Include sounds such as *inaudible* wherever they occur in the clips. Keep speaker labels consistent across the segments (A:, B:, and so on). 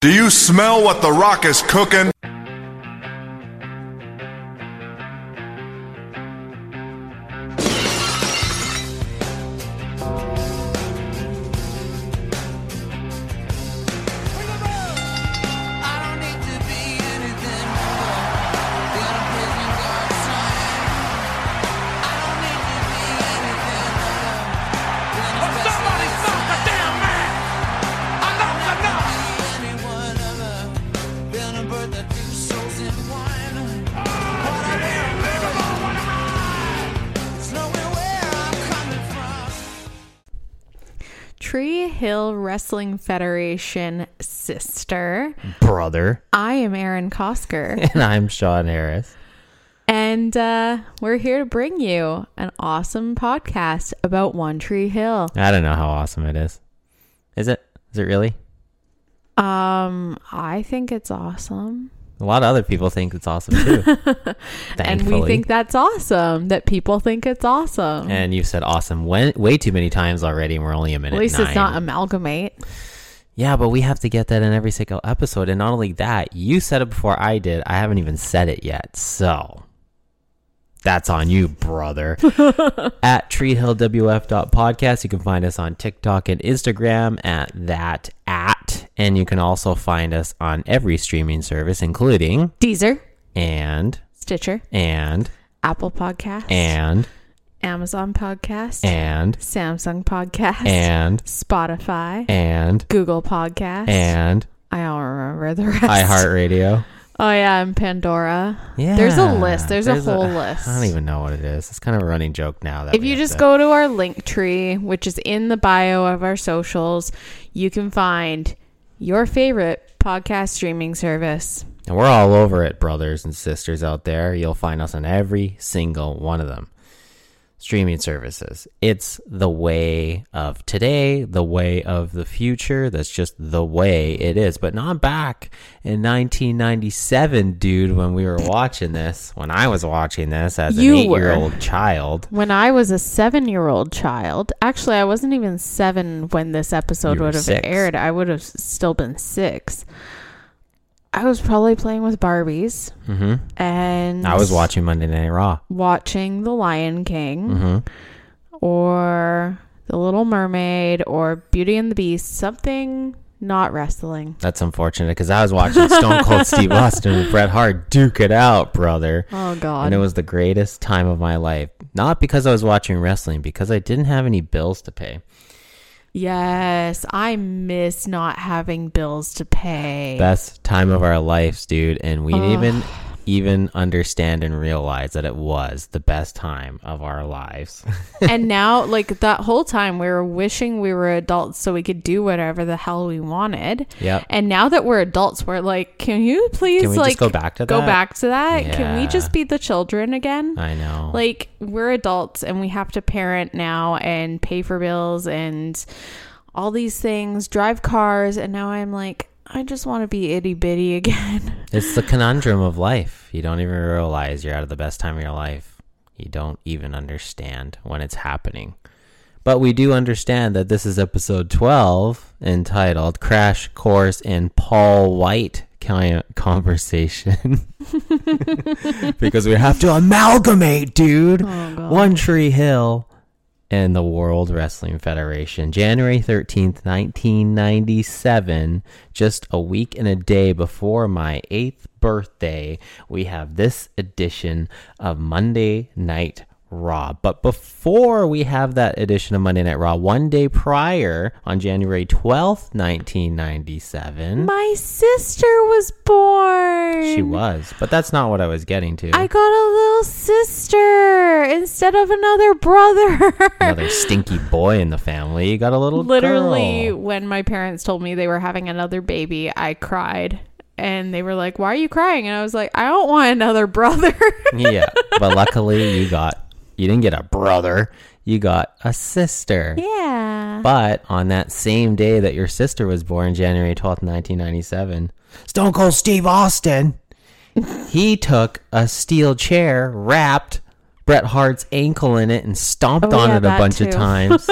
A: Do you smell what the rock is cooking?
B: I don't need to be anything more than a prison guard sign. I don't need to be anything more than a
C: Somebody stop the damn man! Enough's enough!
B: anyone other than a birth of two souls in one. What I am It's knowing where I'm coming from.
D: Tree Hill Wrestling Federation sister.
E: brother. *laughs*
D: I am Aaron Kosker,
E: And I'm Sean Harris.
D: and uh, we're here to bring you an awesome podcast about One Tree Hill.
E: I don't know how awesome it is. Is it? Is it really?
D: Um, I think it's awesome,
E: A lot of other people think it's awesome too. Thankfully.
D: *laughs* and we think that's awesome that people think it's awesome.
E: And you've said awesome way, way too many times already, and we're only a minute.
D: At least
E: nine.
D: it's not amalgamate.
E: yeah, but we have to get that in every single episode. And not only that, you said it before I did. I haven't even said it yet. So that's on you, brother. at treehillwf.podcast. You can find us on TikTok and Instagram at that at. And you can also find us on every streaming service, including
D: Deezer,
E: and
D: Stitcher,
E: and
D: Apple Podcasts,
E: and
D: Amazon Podcasts,
E: and
D: Samsung Podcasts,
E: and
D: Spotify,
E: and
D: Google Podcasts,
E: and
D: I don't remember the rest.
E: iHeartRadio.
D: Oh yeah, and Pandora.
E: Yeah.
D: There's a list. There's, a whole list.
E: *sighs* I don't even know what it is. It's kind of a running joke now. That
D: if
E: we
D: you
E: have
D: just
E: to-
D: go to our link tree, which is in the bio of our socials, you can find your favorite podcast streaming service.
E: and we're all over it, brothers and sisters out there. You'll find us on every single one of them. Streaming services. It's the way of today, the way of the future. That's just the way it is. But not back in 1997, dude, when we were watching this, when I was watching this as
D: You
E: an eight year
D: were.
E: old child.
D: When I was a seven year old child, actually, I wasn't even seven when this episode
E: You were
D: would have
E: six.
D: aired. I would have still been six. I was probably playing with Barbies, mm-hmm. and
E: I was watching Monday Night Raw.
D: watching The Lion King
E: Mm-hmm.
D: or The Little Mermaid or Beauty and the Beast, something not wrestling.
E: That's unfortunate because I was watching Stone Cold Steve Austin and Bret Hart duke it out, brother.
D: Oh, God.
E: And it was the greatest time of my life. Not because I was watching wrestling, because I didn't have any bills to pay.
D: yes, I miss not having bills to
E: *laughs*
D: pay.
E: Best time of our lives, dude. And we didn't even even understand and realize that it was the best time of our lives. *laughs*
D: and now, like that whole time, we were wishing we were adults so we could do whatever the hell we wanted.
E: Yep.
D: And now that we're adults, we're like, can you please
E: Can we just
D: like
E: go back to
D: go
E: that?
D: back to that? Can we
E: Yeah.
D: just be the children again?
E: I know.
D: like we're adults and we have to parent now and pay for bills and all these things, drive cars, and now I'm like, I just want to be itty bitty again. *laughs*
E: It's the conundrum of life. You don't even realize you're out of the best time of your life. You don't even understand when it's happening. But we do understand that this is episode 12 entitled Crash Course in Paul White Ki- Conversation. *laughs* because we have to amalgamate, dude. One Tree Hill and the World Wrestling Federation. January 13th, 1997, just a week and a day before my eighth birthday, we have this edition of Monday Night Raw. But before we have that edition of Monday Night Raw, one day prior, on January 12th, 1997,
D: My sister was born.
E: she was. But that's not what I was getting to.
D: I got a little sister instead of another brother. *laughs*
E: Another stinky boy in the family. You got a little
D: Literally,
E: girl.
D: when my parents told me they were having another baby, I cried. And they were like, Why are you crying? And I was like, I don't want another
E: *laughs*
D: brother. *laughs*
E: yeah, but luckily you got you didn't get a brother, you got a sister.
D: yeah.
E: But on that same day that your sister was born, January twelfth, nineteen ninety seven, Stone Cold Steve Austin, he took a steel chair wrapped Bret Hart's ankle in it and stomped
D: Oh,
E: on
D: yeah,
E: it a
D: that
E: bunch
D: too. *laughs*
E: of times.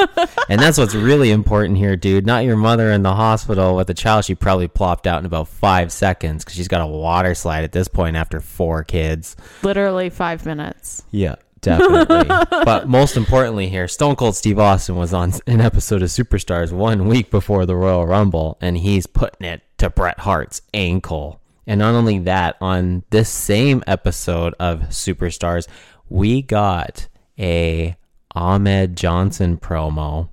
E: and that's what's really important here, dude. Not your mother in the hospital with a child she probably plopped out in about five seconds because she's got a water slide at this point after four kids.
D: Literally five minutes.
E: Yeah, definitely. but most importantly here, Stone Cold Steve Austin was on an episode of Superstars one week before the Royal Rumble, and he's putting it to Bret Hart's ankle. And not only that, on this same episode of Superstars, we got a Ahmed Johnson promo.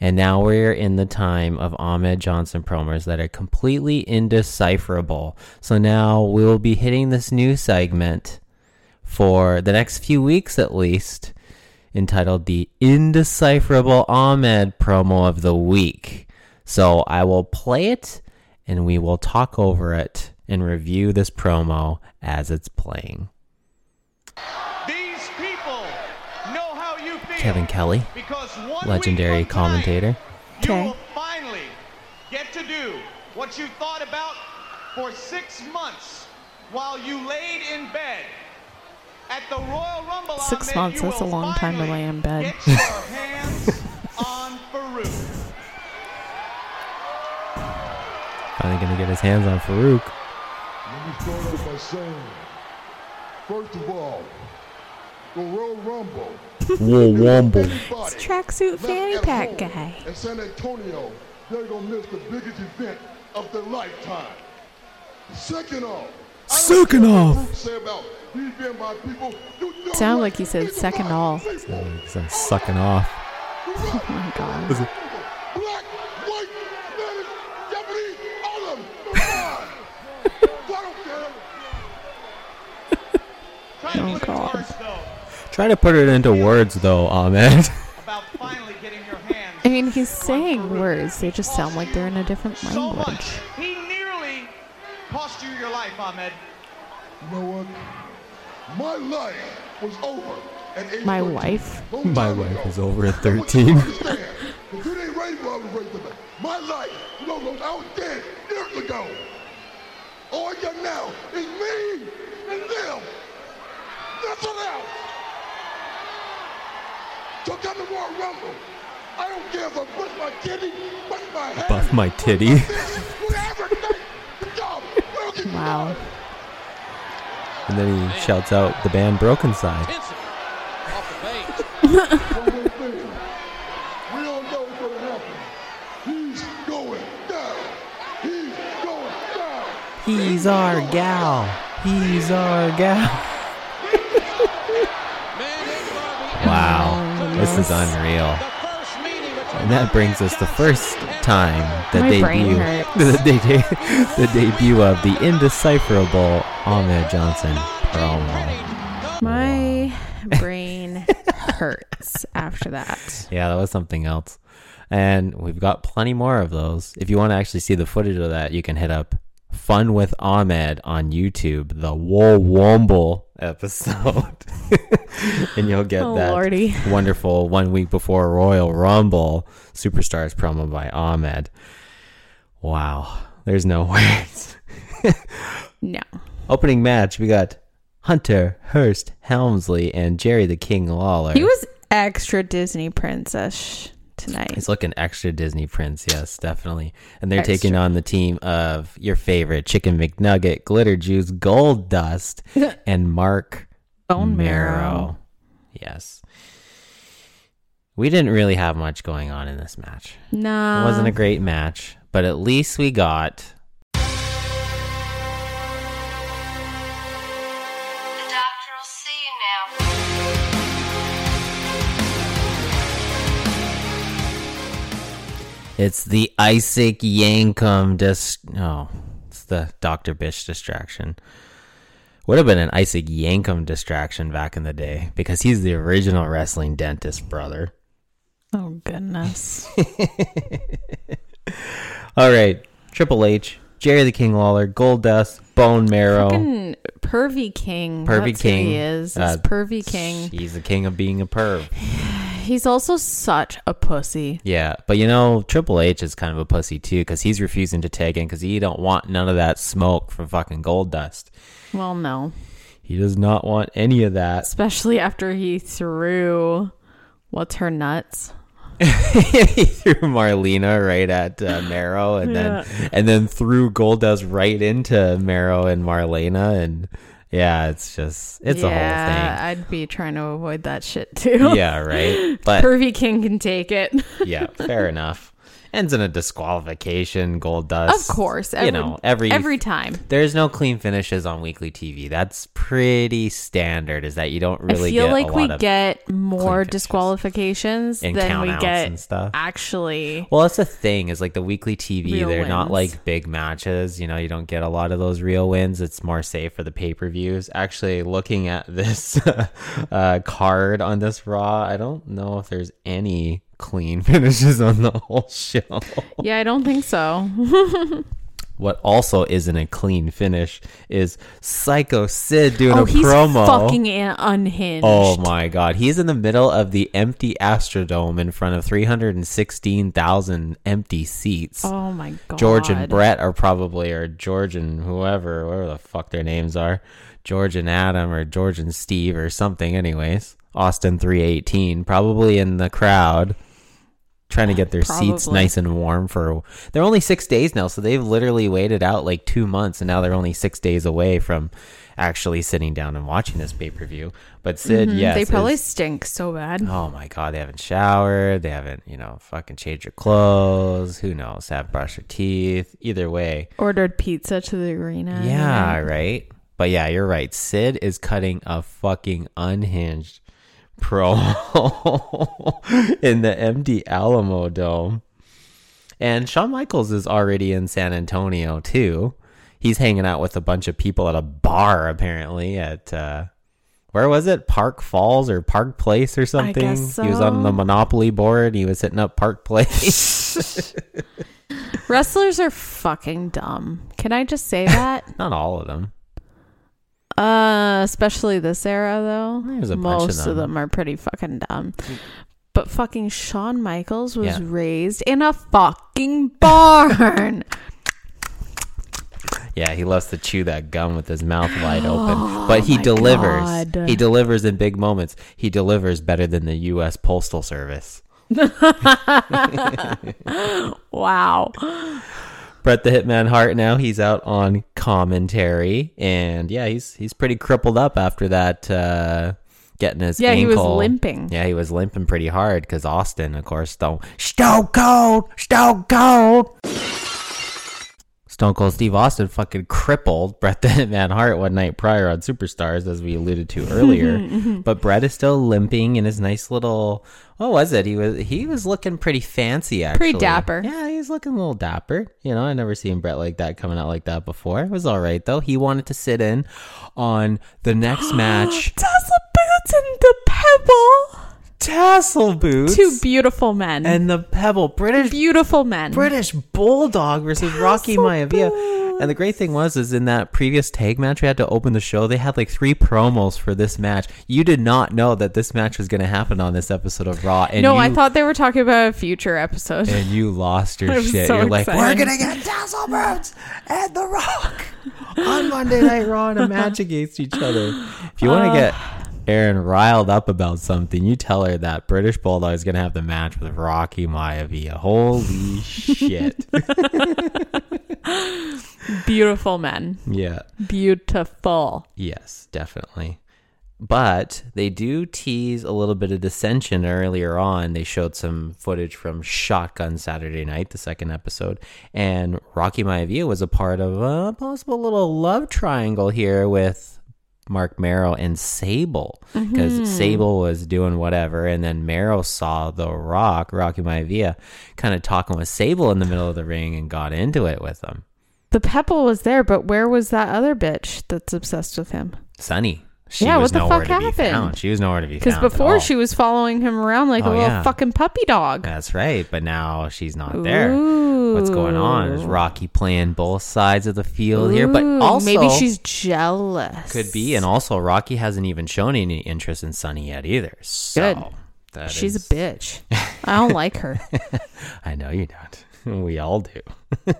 E: And now we're in the time of Ahmed Johnson promos that are completely indecipherable. So now we'll be hitting this new segment for the next few weeks at least, entitled The Indecipherable Ahmed Promo of the Week. So I will play it and we will talk over it and review this promo as it's playing.
F: These people know how you feel.
E: Kevin Kelly,
F: because one
E: legendary
F: week from tonight,
E: commentator.
F: you
D: Okay.
F: will finally get to do what you thought about for six months while you laid in bed. At the Royal Rumble,
D: Six
F: Ahmed,
D: months,
F: you
D: that's a
F: will
D: long time to
F: finally
D: lay in bed.
F: Get your
D: *laughs*
F: hands on Farouk.
E: Finally gonna get his hands on Farouk.
G: Let me start off by saying, first of all, the Royal Rumble. Royal Rumble.
D: Tracksuit fanny pack guy.
G: In San Antonio, they're gonna miss the biggest event of their lifetime. Second off. Second off. Say about these being my people. You know
D: Sound
G: what?
D: like he said
G: These are
D: second
G: my
D: off.
G: people.
E: He's uh, sucking off.
G: Oh
D: my God.
G: Black, white, Spanish, Japanese, all of them. Come on. *laughs* I don't care.
D: Oh, God.
F: Try to put it worse, though,
E: Try to put it into words though, Ahmed. *laughs*
F: about finally getting your hands
D: I mean, he's saying words, they just sound like they're in a different
F: so
D: language.
F: much. He nearly cost you your life, Ahmed.
G: You know what? My life was over at age
D: My
G: 13.
D: wife?
G: Long
E: My
G: time
E: wife
G: ago.
E: is over at
G: I want you to
E: 13.
G: understand, If you ain't ready for other race today, my life, you know, I was dead years ago. All you got now is me and them. Nothing else. So come to Royal Rumble. I don't care if I bust my kidney, bust my head,
E: Buff my
G: bust
E: titty.
G: fist, whatever. Good job. Well, good
D: Wow.
G: job.
E: And then he shouts out the band Broken Side.
G: One more thing. We all know what's going to happen. He's going down. He's going down.
E: He's our gal. He's our gal. wow. This is unreal. And that brings us the first time that
D: My
E: they
D: brain
E: debut *laughs*
D: hurts.
E: the, de- the debut of the indecipherable Ahmed Johnson promo.
D: My brain hurts after that.
E: Yeah, that was something else. And we've got plenty more of those. If you want to actually see the footage of that, you can hit up Fun with Ahmed on YouTube, the Wool Womble episode. *laughs* and you'll get
D: Oh,
E: that
D: Lordy. *laughs*
E: wonderful one week before Royal Rumble Superstars promo by Ahmed. Wow. There's no *laughs* words.
D: No.
E: Opening match, we got Hunter Hurst Helmsley and Jerry the King Lawler.
D: He was extra Disney princess tonight.
E: He's looking extra Disney Prince, yes, definitely. And they're
D: Extra.
E: taking on the team of your favorite Chicken McNugget, Glitter Juice,
D: *laughs*
E: Gold Dust, and Mark
D: Bone marrow.
E: Marrow. Yes. We didn't really have much going on in this match.
D: Nah.
E: It wasn't a
D: Um,
E: great match, but at least we got
H: The doctor will see you now.
E: It's the Isaac Yankum dis. No, it's the Doctor Bish distraction. Would have been an Isaac Yankum distraction back in the day because he's the original wrestling dentist brother.
D: oh, goodness.
E: All right, Triple H, Jerry the King Lawler, Gold Dust, Bone Marrow.
D: Fucking Pervy King.
E: Oh. Pervy
D: That's
E: King.
D: Who he is. He's
E: Uh,
D: Pervy King.
E: He's the king of being a perv.
D: He's also such a pussy.
E: Yeah, but you know Triple H is kind of a pussy too because he's refusing to tag in because he don't want none of that smoke from fucking Gold Dust.
D: Well, no.
E: He does not want any of that.
D: Especially after he threw what's her nuts.
E: *laughs* he threw Marlena right at uh, Marrow, and then and then threw Goldust right into Marrow and Marlena, and yeah, it's just it's
D: yeah,
E: a
D: I'd be trying to avoid that shit too.
E: whole
D: *laughs*
E: thing. *laughs* Yeah, right. But
D: Pervy King can take it. *laughs*
E: yeah, fair enough. Ends in a disqualification. Gold
D: of
E: dust.
D: course.
E: you know every
D: every time.
E: There's no clean finishes on weekly TV. That's pretty standard. Is that you don't really
D: I feel
E: get a
D: like we
E: lot of-
D: get more
E: finishes.
D: disqualifications
E: And
D: than we
E: count-outs
D: get
E: and stuff.
D: actually.
E: Well, that's the thing is like the weekly TV.
D: Real
E: they're not
D: wins.
E: like big matches. You know, you don't get a lot of those real wins. It's more safe for the pay per views. Actually, looking at *laughs* this uh, card on this Raw, I don't know if there's any clean *laughs* finishes on the whole show.
D: Yeah, I don't think so.
E: What also isn't a clean finish is Psycho Sid doing
D: oh,
E: a
D: he's
E: promo.
D: fucking un- unhinged.
E: Oh my god, he's in the middle of the empty Astrodome in front of 316,000 empty seats.
D: Oh my god.
E: George and Brett are probably, or George and whoever, whatever the fuck their names are, George and Adam, or George and Steve, or something. Anyways, Austin three eighteen, probably in the crowd, trying to get their seats
D: Probably.
E: nice and warm for. They're only six days now, so they've literally waited out like two months, and now they're only six days away from actually sitting down and watching this pay per view. But Sid, yes,
D: Mm-hmm. they probably
E: is-
D: stink so bad.
E: Oh my god, they haven't showered, they haven't, you know, fucking changed your clothes, who knows, haven't brushed their teeth. Either way.
D: Ordered pizza to the arena.
E: Yeah, right. But yeah, you're right. Sid is cutting a fucking unhinged promo *laughs* in the empty Alamo Dome. And Shawn Michaels is already in San Antonio too. He's hanging out with a bunch of people at a bar apparently at uh where was it? Park Falls or Park Place or something?
D: guess
E: He was
D: so.
E: on the Monopoly board. He was hitting up Park Place. *laughs*
D: Wrestlers are fucking dumb. Can I just say
E: *laughs*
D: that?
E: Not all of them.
D: uh, especially this era though.
E: There's a bunch
D: Most
E: of
D: of,
E: them. Mm.
D: them are pretty fucking dumb. But fucking Shawn Michaels was
E: Yeah.
D: raised in a fucking
E: *laughs*
D: barn.
E: Yeah, he loves to chew that gum with his mouth
D: *gasps*
E: wide open. But he delivers.
D: Oh God.
E: He delivers in big moments. He delivers better than the U.S. Postal Service.
D: wow.
E: Brett the Hitman Hart now he's out on commentary, and yeah, he's he's pretty crippled up after that. Uh, getting his
D: Yeah, he was
E: ankle-
D: limping.
E: Yeah, he was limping pretty hard because Austin, of course, Stone Stone Cold Stone Cold. Stone Cold Steve Austin fucking crippled *laughs* Bret the Hitman Hart one night prior on Superstars, as we alluded to
D: *laughs*
E: earlier.
D: Mm-hmm.
E: but Bret is still limping in his nice little. What was it? He was he was looking pretty fancy, actually.
D: dapper.
E: Yeah, he's looking a little dapper. You know, I never seen Bret like that coming out like that before. It was all right though. He wanted to sit in on
D: *gasps*
E: the next match.
D: Dazzle Boots and the Pebble.
E: Tassel boots
D: Two beautiful men.
E: and the Pebble British
D: beautiful men.
E: British Bulldog versus Rocky Maivia. And the great thing was, is in that previous tag match we had to open the show, they had like three promos for this match. You did not know that this match was going to happen on this episode of Raw. And
D: no,
E: you,
D: I thought they were talking about a future episode.
E: And you lost your
D: I was
E: shit.
D: so
E: You're like, we're
D: excited."
E: going to get Dazzle Boots and The Rock on *laughs* Monday Night Raw in a match against each other. If you want to get Aaron riled up about something, you tell her that British Bulldog is going to have the match with Rocky Maivia.
D: *laughs*
E: Holy shit.
D: *laughs* Beautiful men.
E: Yeah.
D: Beautiful.
E: Yes, definitely. But they do tease a little bit of dissension earlier on. They showed some footage from Shotgun Saturday Night, the second episode, and Rocky Maivia was a part of a possible little love triangle here with Mark Merrill and Sable because
D: Mm-hmm.
E: Sable was doing whatever, and then Merrill saw The Rock, Rocky Maivia, kind of talking with Sable in the middle of the ring and got into it with him.
D: The Pebble was there, but where was that other bitch that's obsessed with him?
E: Sunny. She
D: Yeah,
E: was
D: what the
E: nowhere
D: fuck
E: to be
D: happened?
E: found. She was nowhere to be found.
D: Because
E: at all.
D: before she was following him around like
E: Oh,
D: a little
E: yeah.
D: fucking puppy dog.
E: That's right, but now she's not there.
D: Ooh.
E: What's going on? Is Rocky playing both sides of the field here? But
D: Ooh,
E: also,
D: maybe she's jealous.
E: could be, and also Rocky hasn't even shown any interest in Sunny yet either. So
D: Good.
E: that
D: She's
E: is- *laughs*
D: a bitch. I don't like her.
E: I know you don't. *laughs* we all do. *laughs*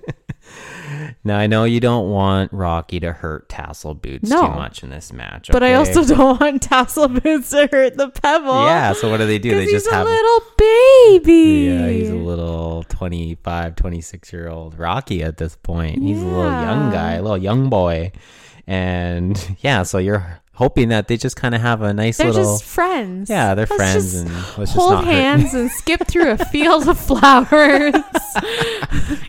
E: now I know you don't want Rocky to hurt Tassel Boots
D: No.
E: too much in this match,
D: But I
E: okay?
D: also don't want tassel boots to hurt the pebble.
E: yeah. So what
D: *laughs*
E: do they do? They
D: Because he's
E: just
D: a
E: have
D: little baby.
E: yeah, he's a little 25, 26 year old Rocky at this point. He's a little
D: Yeah.
E: young guy, a little young boy, and yeah. So you're hoping that they just kind of have a nice
D: They're
E: little
D: just friends.
E: Yeah, they're friends and let's just
D: hold
E: not hurt.
D: hands and skip through
E: *laughs*
D: a field of flowers.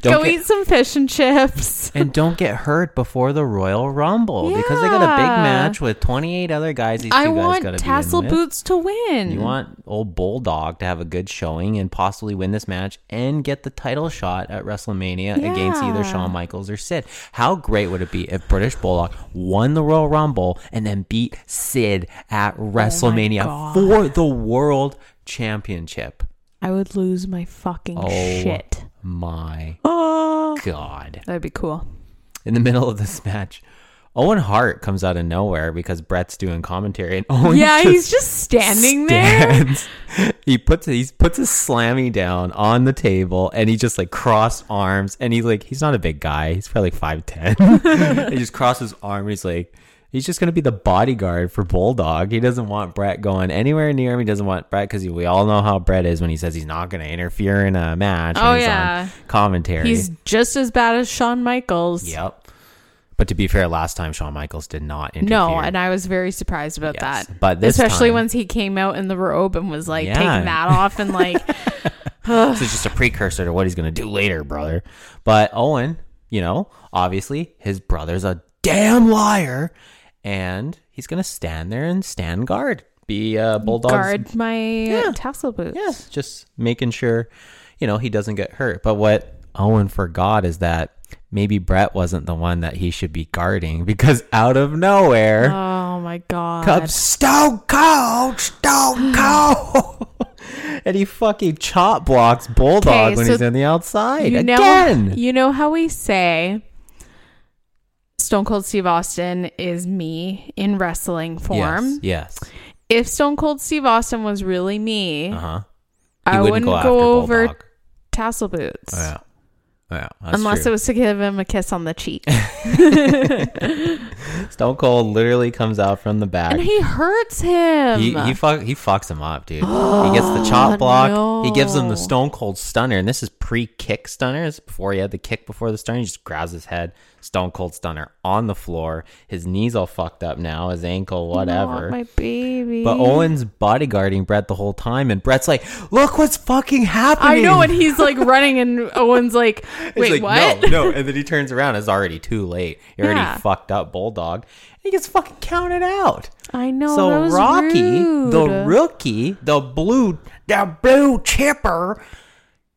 E: Don't
D: Go
E: get-
D: eat some fish and chips.
E: and don't get hurt before the Royal Rumble because they got a big
D: Yeah.
E: match with 28 other guys. These two
D: I
E: guys
D: want
E: gotta
D: tassel
E: be in with.
D: boots to win.
E: You want old Bulldog to have a good showing and possibly win this match and get the title shot at WrestleMania against either
D: Yeah.
E: Shawn Michaels or Sid. How great would it be if British Bulldog won the Royal Rumble and then beat Sid at WrestleMania
D: Oh God.
E: for the World Championship?
D: I would lose my fucking
E: Oh.
D: shit.
E: My
D: Oh,
E: God.
D: that'd be cool.
E: in the middle of this match. Owen Hart comes out of nowhere because Brett's doing commentary, and *laughs* Owen
D: yeah,
E: just
D: he's just standing there.
E: stands. *laughs* He puts he puts his slammy down on the table, and he just like cross arms, and he's like he's not a big guy. He's probably five ten. *laughs* he just crosses arm. He's like he's just gonna be the bodyguard for Bulldog. He doesn't want Brett going anywhere near him. He doesn't want Brett because we all know how Brett is when he says he's not gonna interfere in a match.
D: Oh,
E: when he's
D: yeah.
E: on commentary.
D: He's just as bad as Shawn Michaels.
E: Yep. But to be fair, last time Shawn Michaels did not interfere.
D: No, and I was very surprised about
E: Yes.
D: that.
E: But this
D: especially
E: time-
D: once he came out in the robe and was like
E: Yeah.
D: taking that off and
E: *laughs*
D: like
E: this is just a precursor to what he's going to do later, brother. But Owen, you know, obviously his brother's a damn liar, and he's going to stand there and stand guard, be uh, bulldog
D: guard my uh, tassel boots.
E: Yes, just making sure, you know, he doesn't get hurt. But what Owen forgot is that maybe Brett wasn't the one that he should be guarding because out of nowhere.
D: Oh my god.
E: Cubs Stone
D: *gasps*
E: Cold, Stone Cold, *laughs* and he fucking chop blocks Bulldog
D: Okay,
E: when
D: so
E: he's on the outside
D: You know,
E: again.
D: you know how we say Stone Cold Steve Austin is me in wrestling form.
E: Yes, yes.
D: If Stone Cold Steve Austin was really me,
E: Uh-huh.
D: I
E: He
D: wouldn't, go,
E: after
D: over
E: Bulldog.
D: tassel boots.
E: Oh, Yeah, yeah. That's
D: Unless it
E: true.
D: was to give him a kiss on the
E: *laughs*
D: cheek.
E: Stone Cold literally comes out from the back.
D: and he hurts him.
E: He he, fuck, he fucks him up, dude. he gets the
D: *gasps*
E: chop block. He gives him the
D: no.
E: Stone Cold Stunner, and this is pre-kick stunner. This is before he had the kick before the stunner. He just grabs his head, Stone Cold Stunner on the floor. His knees all fucked up now. His ankle, whatever.
D: Not my baby.
E: but Owen's bodyguarding Brett the whole time, and Brett's like, "Look what's fucking happening!"
D: I know, and he's
E: *laughs*
D: like running, and Owen's like,
E: He's
D: "Wait,
E: like,
D: what?"
E: No, no. And then he turns around. It's already too late. He
D: Yeah.
E: already fucked up Bulldog. And he gets fucking counted out.
D: *laughs* I know.
E: so
D: that was
E: Rocky, the
D: rude.
E: rookie, the blue, the blue chipper,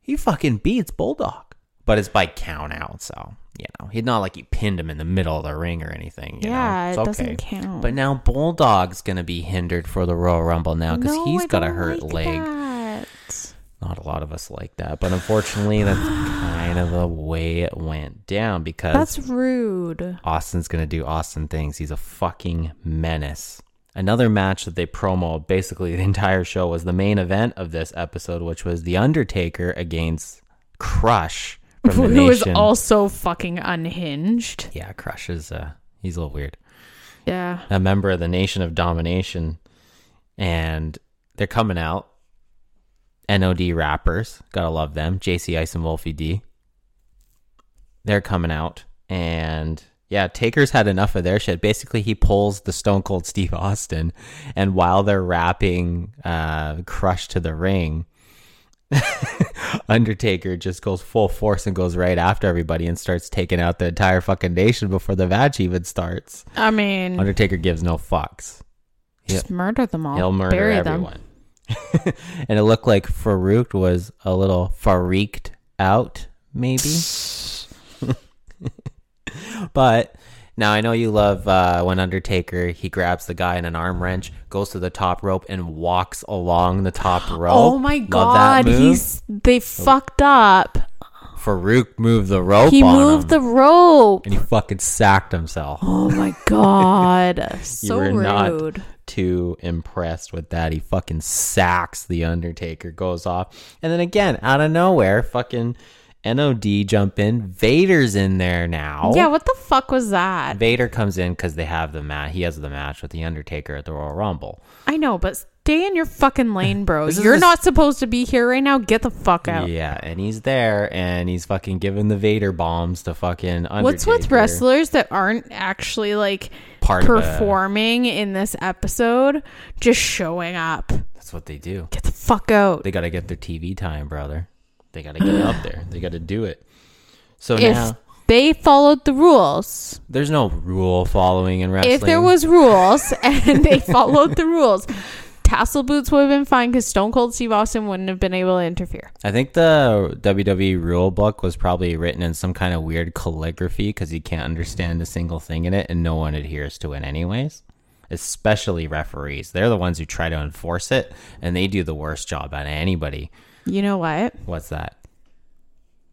E: he fucking beats Bulldog, but it's by count out. So you know, he's not like he pinned him in the middle of the ring or anything. you know?
D: Yeah,
E: It's
D: it doesn't count.
E: But now Bulldog's gonna be hindered for the Royal Rumble now because
D: No,
E: he's
D: I
E: got a
D: don't
E: hurt
D: like
E: leg.
D: that.
E: Not a lot of us like that, but unfortunately,
D: *sighs*
E: that's kind of the way it went down because
D: That's rude.
E: Austin's going to do Austin things. He's a fucking menace. Another match that they promo basically *laughs* the entire show was the main event of this episode, which was The Undertaker against Crush from the
D: *laughs* Who is
E: Nation.
D: also fucking unhinged.
E: yeah, Crush is uh, he's a little weird.
D: Yeah.
E: A member of the Nation of Domination, and they're coming out. NOD rappers, gotta love them. JC Ice and Wolfie D. They're coming out, and yeah, Taker's had enough of their shit. Basically, he pulls the Stone Cold Steve Austin, and while they're rapping uh, "Crush to the Ring," *laughs* Undertaker just goes full force and goes right after everybody and starts taking out the entire fucking nation before the match even starts.
D: I mean,
E: Undertaker gives no fucks.
D: just murder them all.
E: He'll murder
D: Bury
E: everyone. *laughs* and it looked like Farouk was a little Farouked out, maybe. *laughs* but now I know you love uh, when Undertaker he grabs the guy in an arm wrench, goes to the top rope, and walks along the top
D: *gasps*
E: rope.
D: Oh my
E: Love that
D: god,
E: move. Oh.
D: he's they fucked up.
E: Farouk moved the rope.
D: He
E: on
D: moved the
E: him,
D: rope.
E: and he fucking sacked himself.
D: Oh my god,
E: *laughs* You
D: so
E: were
D: rude.
E: not too impressed with that. He fucking sacks the Undertaker, goes off, and then again out of nowhere, fucking NOD jump in. Vader's in there now.
D: Yeah, what the fuck was that?
E: Vader comes in because they have the match. He has the match with the Undertaker at the Royal Rumble.
D: I know, but stay in your fucking lane, bro.
E: This is
D: You're
E: the-
D: not supposed to be here right now. Get the fuck out.
E: Yeah, and he's there, and he's fucking giving the Vader bombs to fucking Undertaker.
D: What's with wrestlers that aren't actually like
E: Part of a-
D: performing in this episode? Just showing up.
E: That's what they do.
D: Get the fuck out.
E: They got to get their TV time, brother. They got to get up there. They got to do it. So
D: if
E: now
D: they followed the rules,
E: there's no rule following in wrestling.
D: if there was
E: *laughs*
D: rules and they followed the rules, tassel boots would have been fine because Stone Cold Steve Austin wouldn't have been able to interfere.
E: I think the WWE rule book was probably written in some kind of weird calligraphy because you can't understand a single thing in it, and no one adheres to it anyways. Especially referees, they're the ones who try to enforce it, and they do the worst job out of anybody.
D: You know what?
E: What's that?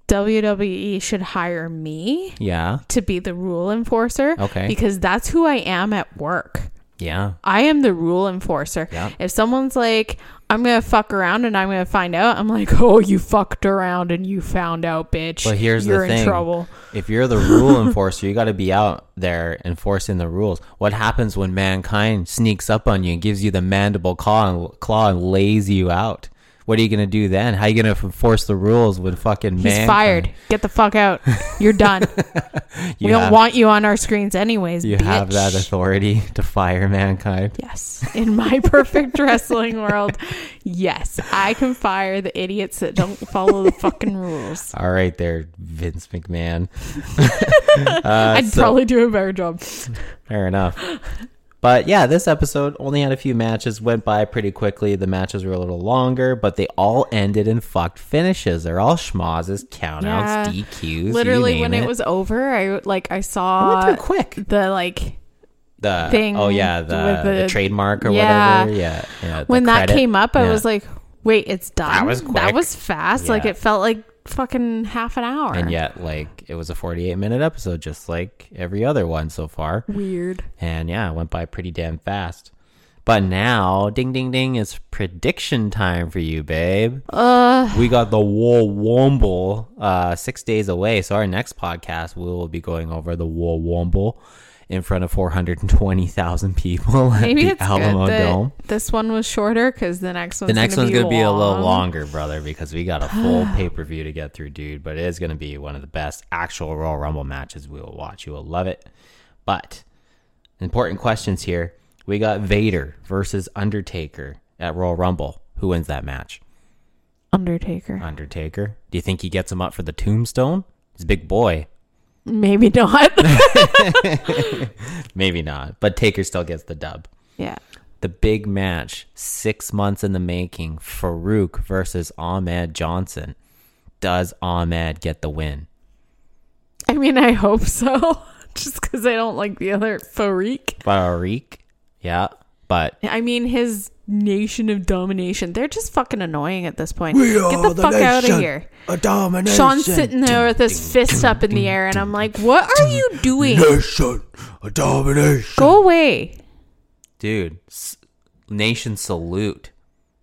D: WWE E should hire me
E: Yeah,
D: to be the rule enforcer.
E: Okay.
D: Because that's who I am at work.
E: yeah.
D: I am the rule enforcer.
E: Yeah.
D: If someone's like, I'm going to fuck around and I'm going to find out, I'm like, oh, you fucked around and you found out, bitch. *laughs*
E: But here's
D: You're
E: the thing:
D: in trouble.
E: if you're the rule enforcer, you got to be out there enforcing the rules. What happens when mankind sneaks up on you and gives you the mandible claw and, claw and lays you out? What are you gonna do then? How are you gonna enforce the rules when fucking
D: He's
E: *laughs*
D: fired. Get the fuck out. You're done. we don't want you on our screens anyways.
E: You have
D: *laughs*
E: that
D: bitch.
E: authority *laughs* to fire mankind.
D: Yes. In my perfect wrestling world, yes, I can fire the idiots that don't follow the fucking rules.
E: All right, there, Vince McMahon.
D: I'd probably do a better job.
E: Fair enough. But yeah, this episode only had a few matches, went by pretty quickly. The matches were a little longer, but they all ended in fucked finishes. They're all schmauzes, countouts,
D: Yeah.
E: DQs.
D: Literally,
E: you
D: when
E: name
D: it was over, I like I
E: It
D: saw
E: went through quick.
D: the like
E: The
D: thing
E: oh yeah, the,
D: with the-
E: the, trademark or
D: Yeah.
E: whatever. Yeah, yeah, the
D: when that
E: credit.
D: came up, I
E: Yeah.
D: was like, "Wait, it's done."
E: That was
D: That
E: quick.
D: was fast. Like
E: Yeah.
D: it felt like fucking half an hour.
E: and yet like it was a 48 minute episode, just like every other one so far.
D: weird.
E: And yeah, it went by pretty damn fast. But now, ding ding ding, it's prediction time for you, babe.
D: Uh.
E: we got the War Womble uh, six days away. So our next podcast, we will be going over the War Womble in front of 420,000 people at
D: Maybe
E: the
D: it's
E: Alamo
D: good that
E: Dome.
D: this one was shorter because the next one's
E: The next
D: gonna
E: one's
D: be
E: going to be a little
D: long.
E: longer, brother, because we got a full
D: *sighs*
E: pay per view to get through, dude. But it is going to be one of the best actual Royal Rumble matches we will watch. You will love it. But important questions here. We got Vader versus Undertaker at Royal Rumble. Who wins that match?
D: Undertaker.
E: Uh, Undertaker. Do you think he gets him up for the tombstone? He's a big boy.
D: Maybe
E: *laughs*
D: not.
E: Maybe not, but Taker still gets the dub.
D: yeah.
E: The big match, six months in the making, Farouk versus Ahmed Johnson. Does Ahmed get the win?
D: I mean, I hope so. *laughs* Just because I don't like the other Farik.
E: Farouk? Yeah, but
D: I mean, his nation of domination. They're just fucking annoying at this point. Get the fuck out of here. Sean's sitting there with his fist up in the air, and I'm like, what are you doing?
A: Nation, a domination.
D: Go away.
E: dude, s- nation salute.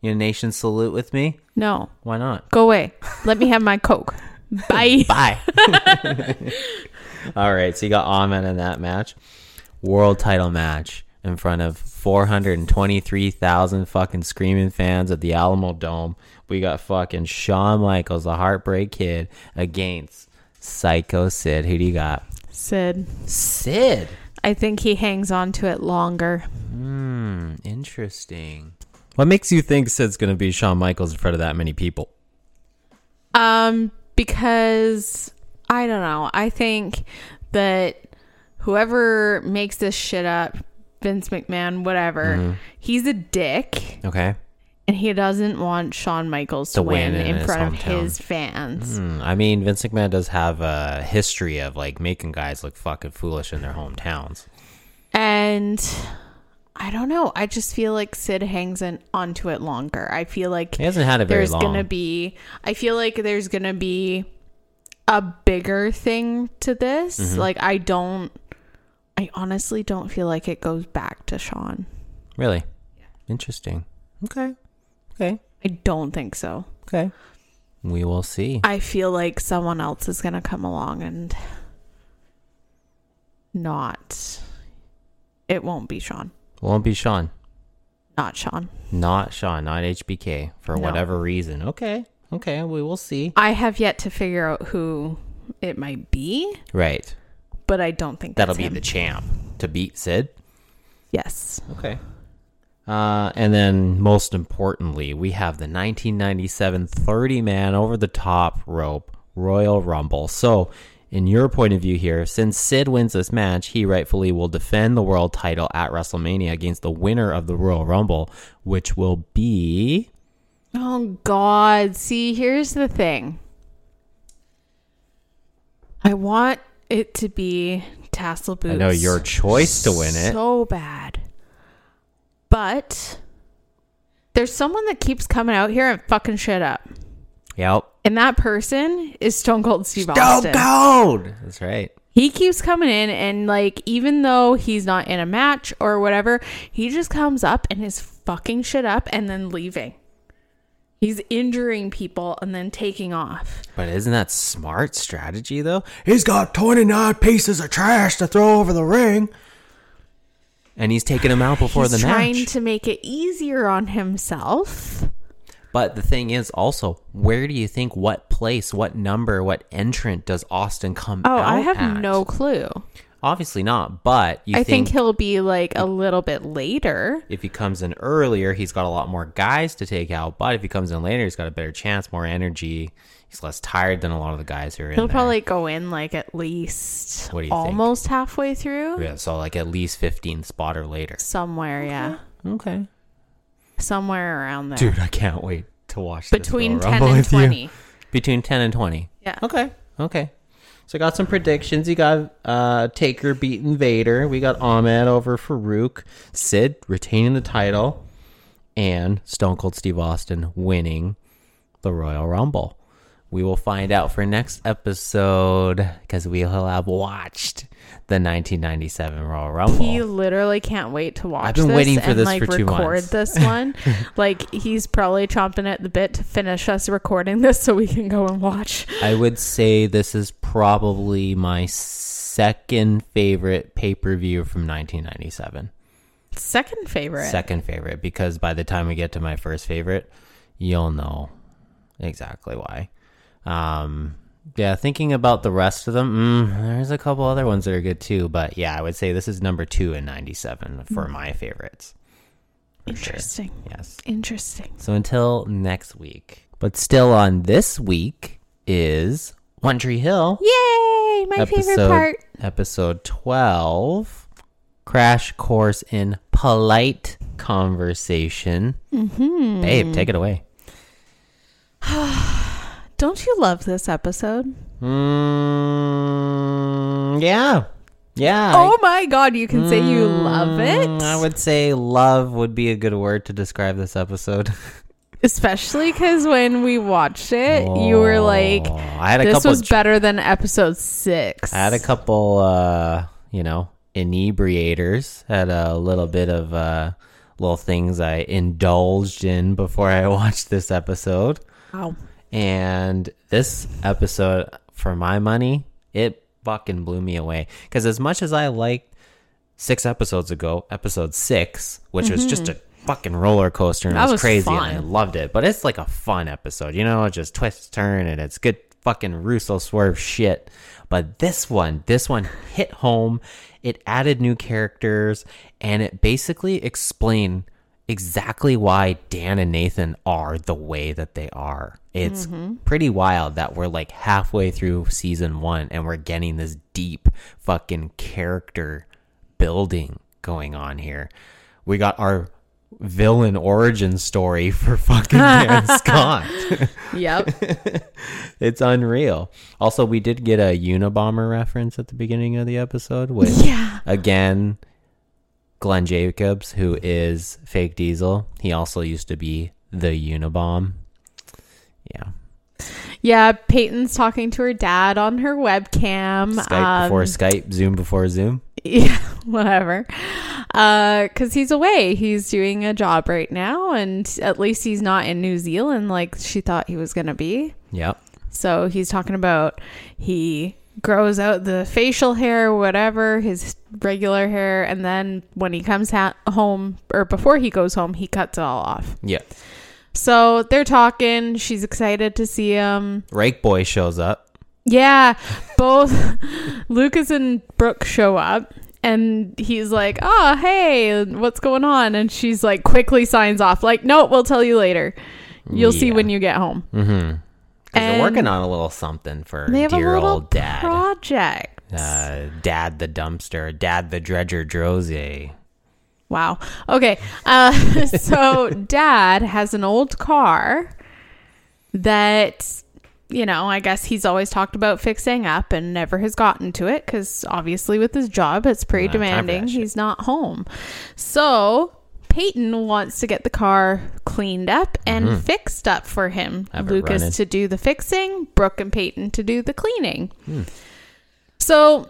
E: You gonna nation salute with me?
D: No,
E: Why not?
D: go away. Let me have my *laughs* Coke. Bye.
E: Bye. *laughs* All right, so you got Ahmed in that match. World title match in front of 423,000 fucking screaming fans at the Alamo Dome. We got fucking Shawn Michaels, the Heartbreak Kid, against Psycho Sid. Who do you got?
D: Sid.
E: Sid.
D: I think he hangs on to it longer.
E: Interesting. What makes you think Sid's going to be Shawn Michaels in front of that many people?
D: Um, because I don't know. I think that whoever makes this shit up, Vince McMahon, whatever, he's a dick,
E: Okay.
D: and he doesn't want Shawn Michaels to,
E: To
D: win,
E: win in
D: in
E: his
D: front of
E: hometown.
D: his fans.
E: Hmm, I mean, Vince McMahon does have a history of like making guys look fucking foolish in their hometowns. Mm-hmm.
D: And I don't know. I just feel like Sid hangs in, onto it longer. I feel like
E: He hasn't had it very
D: there's
E: long.
D: gonna be. I feel like there's gonna be a bigger thing to this.
E: Mm-hmm.
D: Like I don't. I honestly don't feel like it goes back to Sean.
E: Really? Interesting. Okay. Okay.
D: I don't think so.
E: Okay. We will see.
D: I feel like someone else is going to come along and not. It won't be Sean.
E: Won't be Sean.
D: Not Sean.
E: Not Sean, not HBK for
D: No.
E: whatever reason. Okay. Okay, we will see.
D: I have yet to figure out who it might be,
E: Right.
D: but I don't think
E: That'll
D: that's
E: be
D: him.
E: the champ to beat Sid.
D: Yes.
E: Okay. Uh, and then, most importantly, we have the 1997 30 man over the top rope Royal Rumble. So, in your point of view here, since Sid wins this match, he rightfully will defend the world title at WrestleMania against the winner of the Royal Rumble, which will be.
D: Oh God! See, here's the thing. I want it to be Tassel Boots.
E: I know your choice to win it.
D: so bad, but there's someone that keeps coming out here and fucking shit up,
E: yep.
D: and that person is Stone Cold Steve
E: Stone
D: Austin.
E: Cold! That's right.
D: He keeps coming in, and like, even though he's not in a match or whatever, he just comes up and is fucking shit up, and then leaving. He's injuring people and then taking off.
E: But isn't that smart strategy, though?
A: He's got 29 pieces of trash to throw over the ring.
E: And he's taking him out before
D: He's
E: the
D: trying
E: match.
D: to make it easier on himself.
E: But the thing is also, where do you think what place, what number, what entrant does Austin come
D: Oh,
E: out
D: I have
E: at?
D: no clue.
E: Obviously not, but you
D: I
E: think,
D: think he'll be like a little bit later.
E: if he comes in earlier, he's got a lot more guys to take out, but if he comes in later, he's got a better chance, more energy. He's less tired than a lot of the guys who are in
D: He'll
E: there.
D: probably go in like at least
E: What do you think?
D: almost halfway through.
E: Yeah, so like at least 15th spot or later.
D: Somewhere, yeah.
E: Okay.
D: Somewhere around there.
E: Dude, I can't wait to watch this
D: Between
E: Royal
D: 10
E: Rumble
D: and
E: with you.
D: 20.
E: Between 10 and 20.
D: Yeah.
E: Okay. Okay. So I got some predictions. You got uh, Taker beating Vader. We got Ahmed over Farouk. Sid retaining the title. And Stone Cold Steve Austin winning the Royal Rumble. We will find out for next episode because we will have watched the 1997 Royal Rumble.
D: He literally can't wait to watch.
E: I've been
D: this
E: waiting for
D: and,
E: this
D: like,
E: for two
D: record
E: months. *laughs*
D: this one. like he's probably chomping at the bit to finish us recording this so we can go and watch.
E: I would say this is probably my second favorite pay per view from 1997.
D: Second favorite.
E: second favorite because by the time we get to my first favorite, you'll know exactly why. Um, yeah, thinking about the rest of them, mm, there's a couple other ones that are good too, but yeah, I would say this is number two in '97 for my favorites.
D: Interesting.
E: Yes.
D: Interesting.
E: So until next week, but still on this week is One Tree Hill
D: Yay! My favorite part.
E: episode 12 crash course in polite conversation mm-hmm. babe take it away
D: Don't you love this episode?
E: mm, yeah yeah
D: oh my god, you can say you love
E: I, Mm, I
D: it.
E: would say love would be a good word to describe this episode
D: Especially cuz when we watched it, *laughs* you were like
E: Oh, i had a
D: this
E: couple
D: was better than episode 6.
E: I had a couple, uh, you know, inebriators. Had a little bit of uh, little things I indulged in before I *laughs* watched this episode.
D: Wow.
E: And this episode, for my money, it fucking blew me away. Because as much as I liked six episodes ago, episode six, which was just a fucking roller coaster and
D: Mm-hmm. That
E: it was,
D: was
E: crazy
D: fun.
E: and I loved it, but it's like a fun episode, you know, it just twist, turn, and it's good fucking Russo swerve shit. But this one, this one hit home. It added new characters and it basically explained exactly why Dan and Nathan are the way that they are. It's pretty wild that we're like halfway through season one and we're getting this deep fucking character building going on here. We got our villain origin story *laughs* for fucking
D: *laughs*
E: Dan Scott. *laughs*
D: Yep.
E: It's unreal. Also, we did get a Unabomber reference at the beginning of the episode, which
D: Yeah.
E: again, Glenn Jacobs, who is fake Diesel, he also used to be the Unabomb. Yeah.
D: Yeah, Peyton's talking to her dad on her webcam.
E: Skype before Skype, Zoom before Zoom.
D: yeah, *laughs* whatever. Because he's away. He's doing a job right now, and at least he's not in New Zealand like she thought he was going to be.
E: Yep.
D: So he's talking about he grows out the facial hair, whatever, his regular hair, and then when he comes ha- home or before he goes home, he cuts it all off.
E: Yep.
D: So they're talking. She's excited to see him.
E: Rake boy shows up.
D: Yeah, both *laughs* Lucas and Brooke show up, and he's like, "Oh, hey, what's going on?" And she's like, quickly signs off, like, "No, we'll tell you later. You'll see
E: Yeah.
D: when you get home." Mm-hmm.
E: Because they're working on a little something for
D: They have
E: dear
D: a little
E: old dad.
D: project.
E: uh, dad the dumpster, dad the dredger Drose.
D: Wow. Okay. Uh, *laughs* so dad has an old car that, you know, I guess he's always talked about fixing up and never has gotten to it because obviously with his job, it's pretty
E: Don't have time for that
D: demanding.
E: shit.
D: He's not home. So Peyton wants to get the car cleaned up and fixed up for him.
E: Mm-hmm. Have it running.
D: Lucas to do the fixing, Brooke and Peyton to do the cleaning.
E: Hmm.
D: So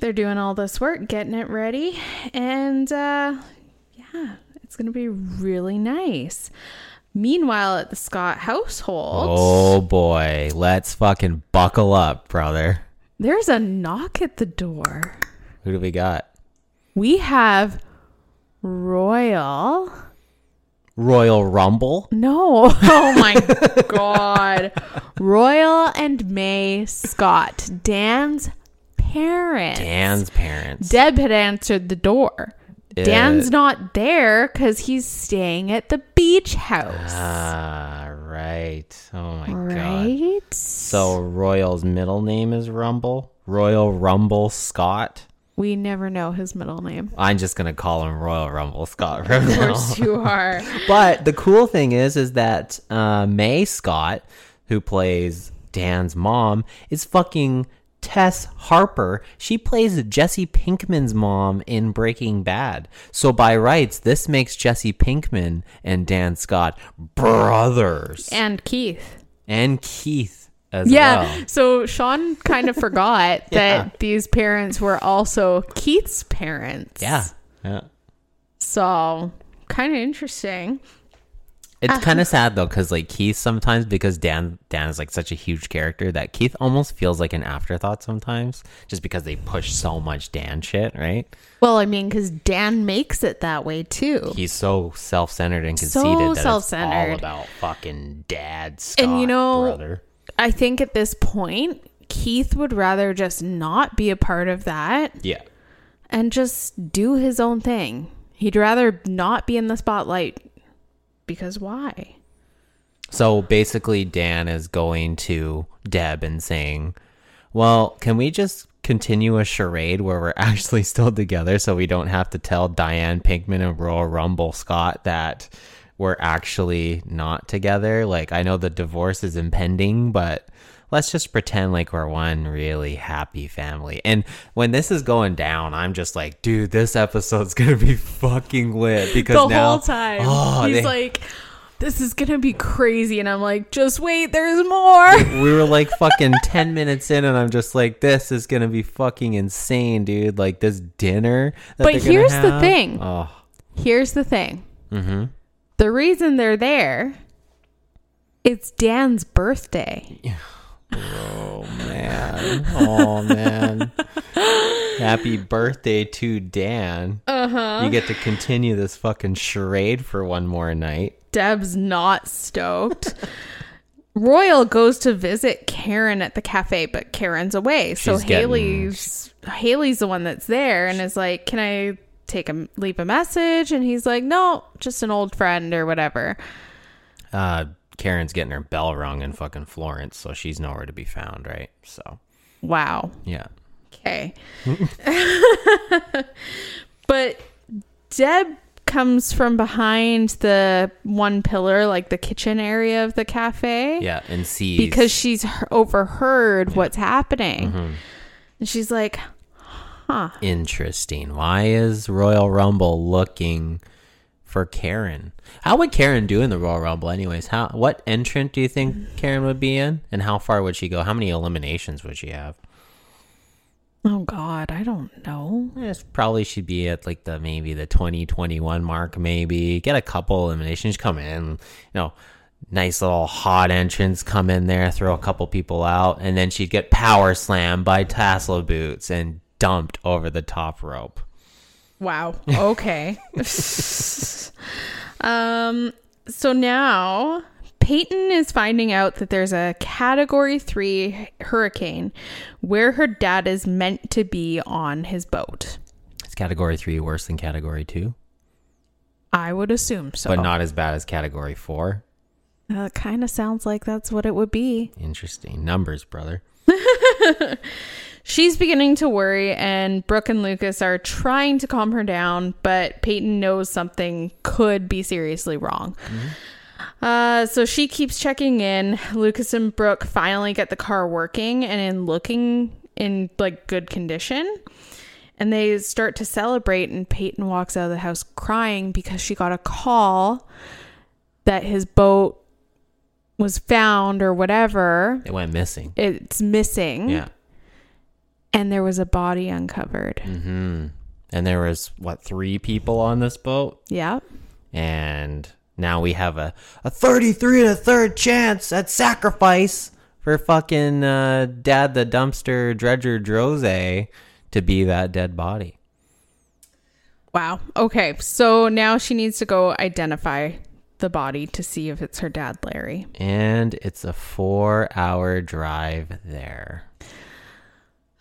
D: they're doing all this work, getting it ready, and uh, yeah, it's gonna be really nice. Meanwhile, at the Scott household,
E: Oh boy, let's fucking buckle up, brother.
D: there's a knock at the door.
E: Who do we got?
D: We have Royal.
E: Royal Rumble.
D: No. *laughs* Oh my God. Royal and May Scott, Dan's parents.
E: Dan's parents.
D: Deb had answered the door.
E: Uh,
D: Dan's not there because he's staying at the beach house.
E: Ah, right. Oh my god.
D: right?
E: So Royal's middle name is Rumble. Royal Rumble Scott.
D: We never know his middle name.
E: I'm just gonna call him Royal Rumble Scott *laughs* from
D: Of
E: now
D: course you are.
E: But the cool thing is, is that uh, May Scott, who plays Dan's mom, is fucking Tess Harper. She plays Jesse Pinkman's mom in Breaking Bad. So by rights, this makes Jesse Pinkman and Dan Scott brothers, and,
D: And Keith.
E: Keith as
D: Yeah.
E: well.
D: So Sean kind of forgot
E: *laughs* Yeah.
D: that these parents were also Keith's parents.
E: Yeah, yeah.
D: So kind of interesting. Uh-huh.
E: It's kind of sad though, because like Keith sometimes, because Dan Dan is like such a huge character that Keith almost feels like an afterthought sometimes, just because they push so much Dan shit, right?
D: Well, I mean, because Dan makes it that way too.
E: He's so self centered and conceited.
D: So
E: that
D: self-centered.
E: It's all about fucking dad, Scott,
D: And you know-
E: brother.
D: I think at this point, Keith would rather just not be a part of that
E: Yeah,
D: and just do his own thing. He'd rather not be in the spotlight because why?
E: So basically, Dan is going to Deb and saying, Well, can we just continue a charade where we're *laughs* actually still together so we don't have to tell Diane Pinkman and Royal Rumble Scott that we're actually not together? Like, I know the divorce is impending, but let's just pretend like we're one really happy family. And when this is going down, I'm just like, dude, this episode's gonna be *laughs* fucking lit because
D: The
E: now,
D: whole time.
E: Oh,
D: he's
E: they-
D: like, this is going to be crazy. And I'm like, just wait, there's more.
E: we were like fucking 10 minutes in and i'm just like this is gonna be fucking insane dude like this dinner that
D: But
E: they're gonna
D: here's the
E: have.
D: thing.
E: oh
D: Here's the thing
E: Mm-hmm.
D: the reason they're there. It's Dan's birthday.
E: man oh
D: *laughs*
E: man happy birthday to dan uh-huh you get to continue this fucking charade for one more night
D: Deb's not
E: *laughs*
D: stoked. Royal goes to visit Karen at the cafe, but Karen's away. So
E: She's getting-
D: Haley's Haley's the one that's there and is like, "Can I take a leave a message?" And he's like, "No, just an old friend or whatever."
E: uh karen's getting her bell rung in fucking florence so she's nowhere to be found right so
D: Wow.
E: yeah
D: Okay. but Deb comes from behind the one pillar, like the kitchen area of the cafe.
E: yeah and sees
D: because she's he- overheard what's happening. And she's like,
E: interesting. Why is Royal Rumble looking for Karen. How would Karen do in the Royal Rumble, anyways? How what entrant do you think Karen would be in, and how far would she go? How many eliminations would she have?
D: Oh God, I don't know.
E: Yes, probably should be at like the maybe the twenty twenty one mark. Maybe get a couple eliminations. Come in, you know, nice little hot entrance. Come in there, throw a couple people out, and then she'd get power slammed by tassel boots and dumped over the top rope.
D: Wow. Okay. um. So now Peyton is finding out that there's a Category Three hurricane where her dad is meant to be on his boat.
E: It's category three worse than category two,
D: I would assume so.
E: but not as bad as category four.
D: That kind of sounds like that's what it would be.
E: Interesting numbers, brother.
D: She's beginning to worry, and Brooke and Lucas are trying to calm her down, but Peyton knows something could be seriously wrong. Uh, so she keeps checking in. Lucas and Brooke finally get the car working and in looking in like good condition. And they start to celebrate, and Peyton walks out of the house crying because she got a call that his boat was found or whatever.
E: It went missing.
D: It's missing
E: Yeah.
D: and there was a body uncovered.
E: And there was what three people on this boat,
D: Yeah.
E: and now we have a a thirty three and a third chance at sacrifice for fucking uh, Dad the Dumpster Dredger Drose to be that dead body.
D: Wow. Okay. So now she needs to go identify the body to see if it's her dad, Larry.
E: And it's a four hour drive there.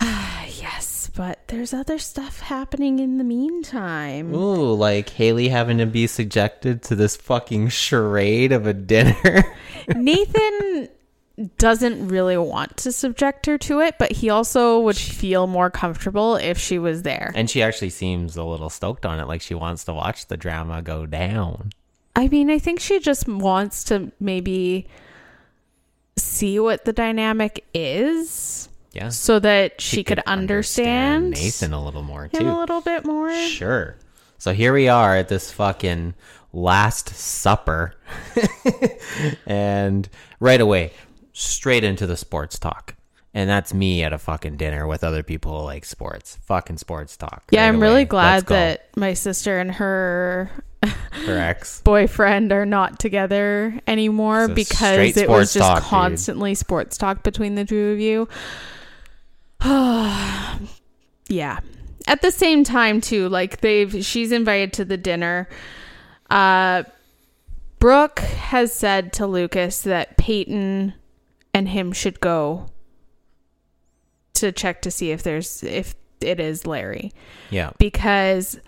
D: Yes, but there's other stuff happening in the meantime.
E: Ooh, like Haley having to be subjected to this fucking charade of a dinner. *laughs*
D: Nathan doesn't really want to subject her to it, but he also would feel more comfortable if she was there.
E: and she actually seems a little stoked on it, like she wants to watch the drama go down.
D: I mean, I think she just wants to maybe see what the dynamic is
E: Yeah.
D: so that she, could, understand,
E: Nathan a little more
D: him
E: too.
D: a little bit more.
E: Sure. So here we are at this fucking last supper. *laughs* and right away, straight into the sports talk. And that's me at a fucking dinner with other people who like sports. Fucking sports talk.
D: Yeah,
E: Right
D: I'm
E: away.
D: really
E: Let's
D: glad
E: go.
D: that my sister and her
E: her ex.
D: boyfriend are not together anymore
E: So
D: because
E: straight
D: it was
E: sports
D: just
E: talk, dude.
D: constantly sports talk between the two of you. *sighs* yeah. At the same time too, like they've she's invited to the dinner. Uh Brooke has said to Lucas that Peyton and him should go to check to see if there's if it is Larry
E: Yeah.
D: because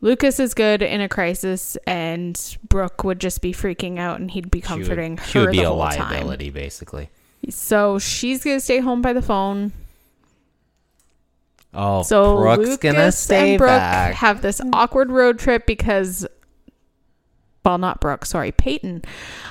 D: Lucas is good in a crisis, and Brooke would just be freaking out, and he'd be
E: She would-
D: comforting
E: she
D: her
E: would be
D: the
E: a
D: whole
E: liability, basically.
D: time. So she's gonna stay home by the phone.
E: Oh,
D: So
E: Brooke's
D: Lucas
E: gonna stay
D: and Brooke
E: back.
D: have this awkward road trip because, well, not Brooke, sorry, Peyton,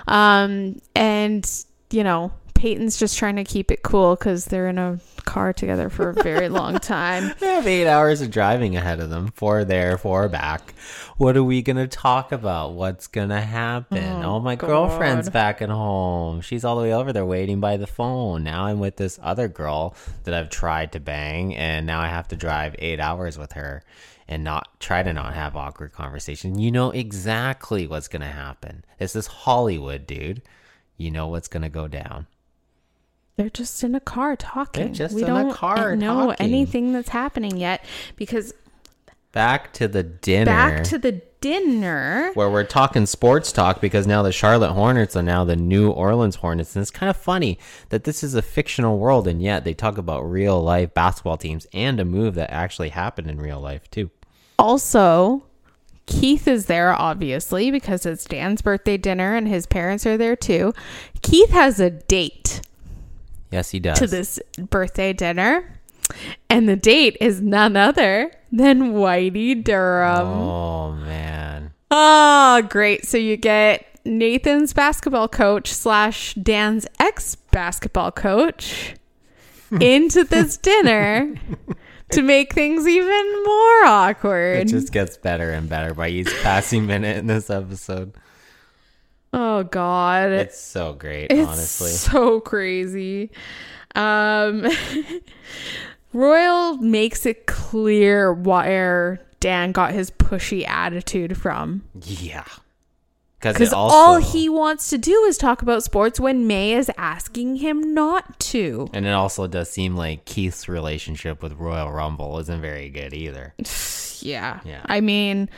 D: um, and you know Peyton's just trying to keep it cool because they're in a car together for a very
E: *laughs*
D: long time.
E: They have eight hours of driving ahead of them. Four there, four back. What are we going to talk about? What's going to happen? Oh, my girlfriend's back at home. She's all the way over there waiting by the phone. Now I'm with this other girl that I've tried to bang, and now I have to drive eight hours with her and not try to not have awkward conversation. You know exactly what's going to happen. This is Hollywood, dude. You know what's going to go down.
D: They're just in a car talking.
E: just
D: we
E: in a
D: don't
E: car
D: know
E: talking.
D: anything that's happening yet because
E: Back to the dinner.
D: back to the dinner.
E: where we're talking sports talk because now the Charlotte Hornets are now the New Orleans Hornets. And it's kind of funny that this is a fictional world and yet they talk about real life basketball teams and a move that actually happened in real life too.
D: Also, Keith is there obviously because it's Dan's birthday dinner and his parents are there too. Keith has a date
E: Yes, he does.
D: to this birthday dinner, and the date is none other than Whitey Durham.
E: oh man.
D: Ah, great! So you get Nathan's basketball coach slash Dan's
E: Hmm. *laughs*
D: ex basketball coach into this dinner to make things even more awkward.
E: It just gets better and better by each passing *laughs* minute in this episode.
D: oh God,
E: It's so great,
D: It's
E: honestly.
D: so crazy. Um, *laughs* Royal makes it clear where Dan got his pushy attitude from.
E: Yeah. Because
D: Because all he wants to do is talk about sports when May is asking him not to.
E: And it also does seem like Keith's relationship with Royal Rumble isn't very good either.
D: Yeah.
E: Yeah.
D: I mean,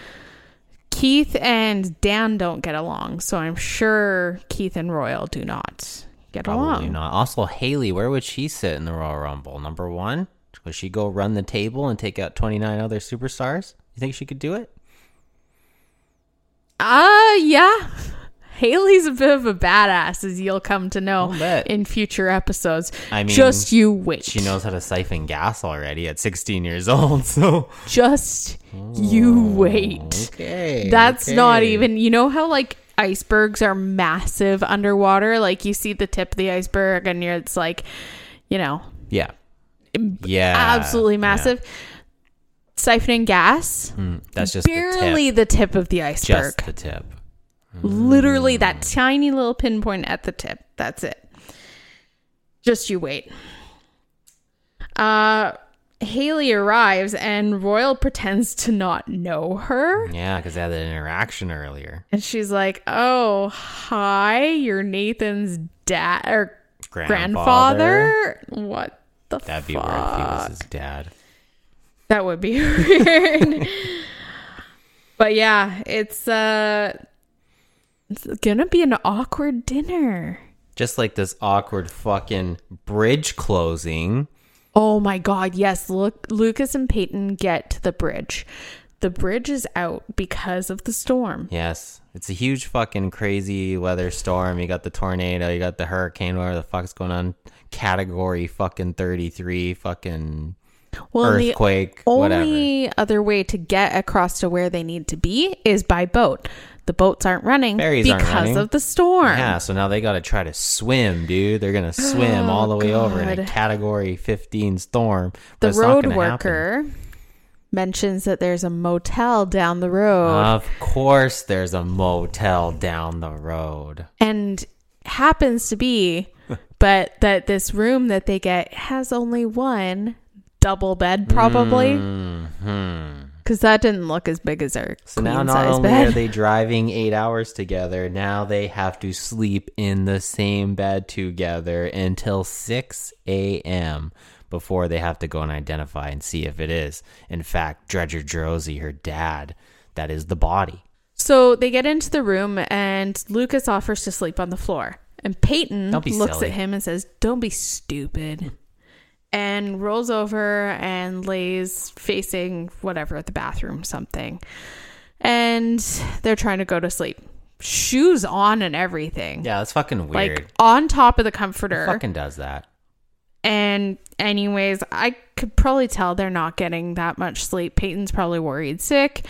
D: Keith and Dan don't get along, so I'm sure Keith and Royal do not get
E: Probably
D: along.
E: not. Also, Haley, where would she sit in the Royal Rumble? Number one, would she go run the table and take out 29 other superstars? You think she could do it?
D: Uh, yeah. *laughs* Haley's a bit of a badass, as you'll come to know
E: I'll bet.
D: in future episodes.
E: I mean,
D: just you wait.
E: She knows how to siphon gas already at 16 years old, *laughs* so.
D: Just you wait.
E: Okay.
D: That's not even. You know how like icebergs are massive underwater. Like you see the tip of the iceberg, and you're, it's like, you know,
E: Yeah. Yeah.
D: absolutely
E: Ah, Yeah.
D: massive. Siphoning gas,
E: That's just
D: barely
E: the tip.
D: the tip of the iceberg.
E: Just mm. the tip.
D: literally that tiny little pinpoint at the tip. That's it. Just you wait. Uh Haley arrives and Royal pretends to not know her.
E: Yeah, because they had that interaction earlier.
D: And she's like, Oh, hi, you're Nathan's dad or grandfather. What the
E: That'd be
D: fuck?
E: weird if he was his dad.
D: That would be *laughs* weird. but yeah, it's uh it's gonna be an awkward dinner.
E: Just like this awkward fucking bridge closing.
D: Oh my God. Yes. Look, Lucas and Peyton get to the bridge. The bridge is out because of the storm.
E: Yes. It's a huge fucking crazy weather storm. You got the tornado, you got the hurricane, whatever the fuck's going on. Category fucking 33, fucking
D: Well, and the
E: earthquake, whatever.
D: only other way to get across to where they need to be is by boat. The boats aren't running
E: Ferries aren't
D: because
E: running.
D: of the storm.
E: Yeah, so now they got to try to swim, dude. They're going to
D: *gasps*
E: swim all the way over in a
D: Oh, God.
E: category 15 storm. but
D: the
E: it's not
D: road
E: gonna happen.
D: worker mentions that there's a motel down the road.
E: Of course, there's a motel down the road.
D: and happens to
E: *laughs*
D: be but that this room that they get has only one double bed probably because that didn't look as big as their
E: Mm-hmm. So
D: queen
E: now, not
D: size
E: only
D: bed
E: are they driving eight hours together, now they have to sleep in the same bed together until 6 a.m. before they have to go and identify and see if it is, in fact, Dredger Josie, her dad, that is the body.
D: so they get into the room and lucas offers to sleep on the floor and peyton
E: Don't be
D: looks
E: silly.
D: at him and says don't be stupid and rolls over and lays facing whatever the bathroom something and they're trying to go to sleep shoes on and everything
E: Yeah, that's fucking weird.
D: like on top of the
E: Who
D: comforter.
E: fucking does that?
D: and anyways, I could probably tell they're not getting that much sleep. Peyton's probably worried sick.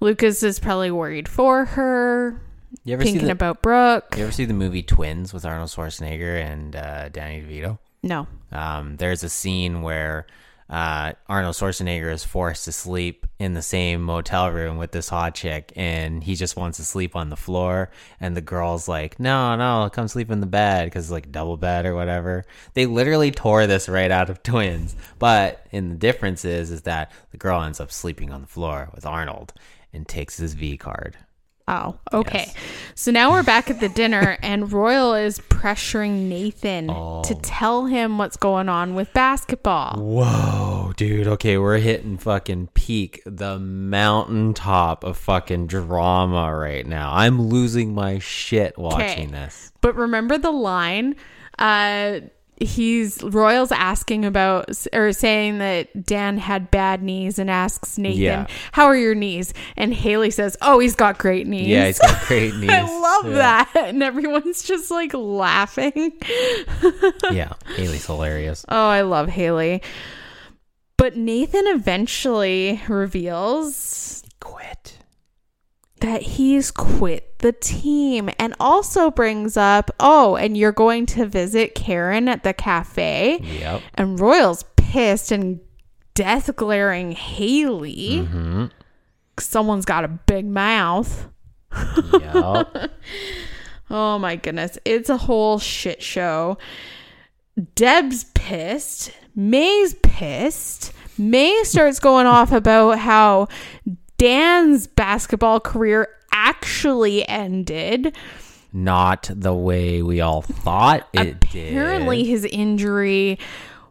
D: Lucas is probably worried for her,
E: You ever see
D: thinking
E: the,
D: about Brooke.
E: You ever see the movie Twins with Arnold Schwarzenegger and uh, Danny DeVito?
D: No.
E: Um, there's a scene where uh, Arnold Schwarzenegger is forced to sleep in the same motel room with this hot chick, and he just wants to sleep on the floor. And the girl's like, "No, no, come sleep in the bed because it's like a double bed or whatever." They literally tore this right out of *laughs* Twins, but and the difference is is that the girl ends up sleeping on the floor with Arnold and takes his V card.
D: Oh, okay. So now we're back at the
E: *laughs*
D: dinner, and Royal is pressuring Nathan
E: Oh.
D: to tell him what's going on with basketball.
E: Whoa, dude. Okay, we're hitting fucking peak, the mountaintop of fucking drama right now. I'm losing my shit watching this.
D: But remember the line? Uh, he's Royals asking about or saying that Dan had bad knees and asks Nathan,
E: Yeah.
D: "How are your knees?" And Haley says, "Oh, he's got great knees."
E: Yeah, he's got great knees.
D: *laughs* I love
E: Yeah.
D: that, and everyone's just like laughing.
E: Yeah, Haley's hilarious.
D: Oh, I love Haley. But Nathan eventually reveals
E: Quit.
D: that he's quit the team and also brings up, oh, and you're going to visit Karen at the cafe.
E: Yep.
D: And Royal's pissed and death glaring Haley. Someone's got a big mouth. *laughs*
E: Yep.
D: Oh my goodness. It's a whole shit show. Deb's pissed. May's pissed. May starts going off about how Dan's basketball career actually ended.
E: Not the way we all thought it
D: Apparently, his injury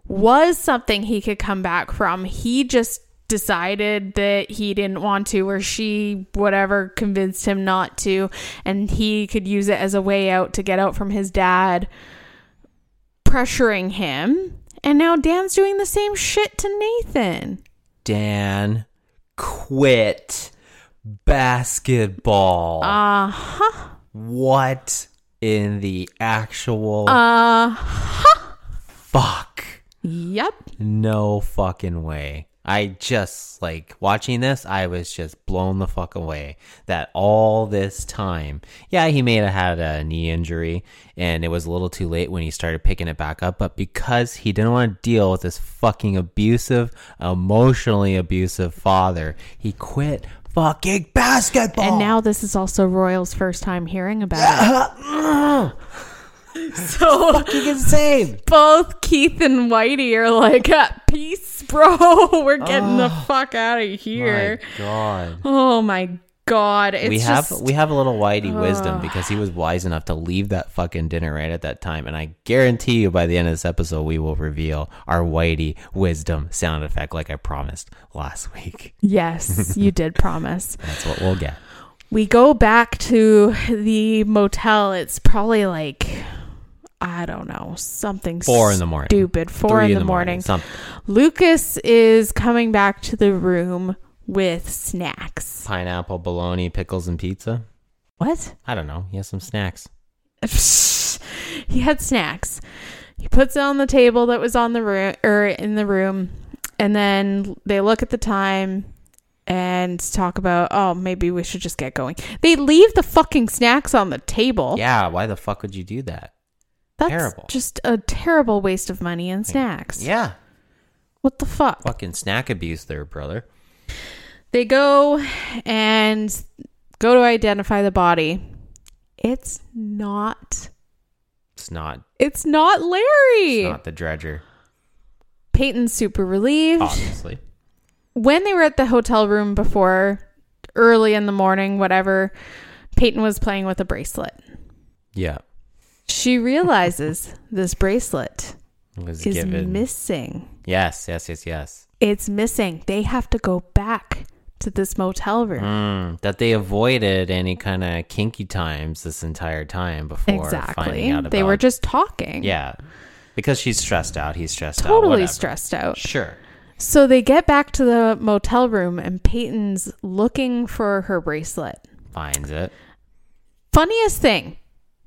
D: was something he could come back from. He just decided that he didn't want to, or she, whatever, convinced him not to, and he could use it as a way out to get out from his dad pressuring him. And now Dan's doing the same shit to Nathan.
E: did. Dan quit basketball. Uh-huh. What in the actual
D: Uh,
E: fuck?
D: yep.
E: No fucking way. I just like watching this, I was just blown the fuck away that all this time. Yeah, he may have had a knee injury and it was a little too late when he started picking it back up, but because he didn't want to deal with this fucking abusive, emotionally abusive father, he quit fucking basketball.
D: And now this is also Royal's first time hearing about it. so
E: *gasps* fucking insane.
D: both Keith and Whitey are like, "Ah, peace, bro. *laughs* We're getting the fuck out of *laughs*
E: My
D: here.
E: God.
D: oh my god. It's
E: we have
D: just,
E: we have a little whitey wisdom because he was wise enough to leave that fucking dinner right at that time and i guarantee you by the end of this episode we will reveal our whitey wisdom sound effect like i promised last week *laughs*
D: Yes, you did promise.
E: that's what we'll get
D: We go back to the motel. It's probably like I don't know, something
E: Four in the morning.
D: Stupid. Four
E: Three
D: in, the, morning.
E: some
D: Lucas is coming back to the room with snacks.
E: pineapple bologna pickles and pizza
D: What?
E: i don't know he has some snacks
D: he had snacks. He puts it on the table that was on the room or in the room, and then they look at the time and talk about, oh, maybe we should just get going. They leave the fucking snacks on the table.
E: yeah why the fuck would you do that
D: That's
E: terrible.
D: just a terrible waste of money and snacks.
E: yeah
D: What the fuck?
E: fucking snack abuse there brother
D: They go and go to identify the body. It's not.
E: it's not
D: It's not Larry.
E: it's not
D: *laughs*
E: the dredger
D: Peyton's super relieved.
E: Oh, obviously
D: when they were at the hotel room before, early in the morning, whatever, Peyton was playing with a bracelet.
E: yeah
D: She
E: *laughs*
D: realizes this bracelet
E: it was
D: is
E: given
D: missing.
E: yes yes yes yes
D: It's missing. They have to go back to this motel room.
E: Mm, that they avoided any kind of kinky times this entire time before finding
D: exactly.
E: out about.
D: They were just talking.
E: yeah, because she's stressed out. He's stressed out.
D: Totally
E: whatever.
D: stressed out.
E: Sure.
D: So they get back to the motel room and Peyton's looking for her bracelet.
E: Finds it.
D: funniest thing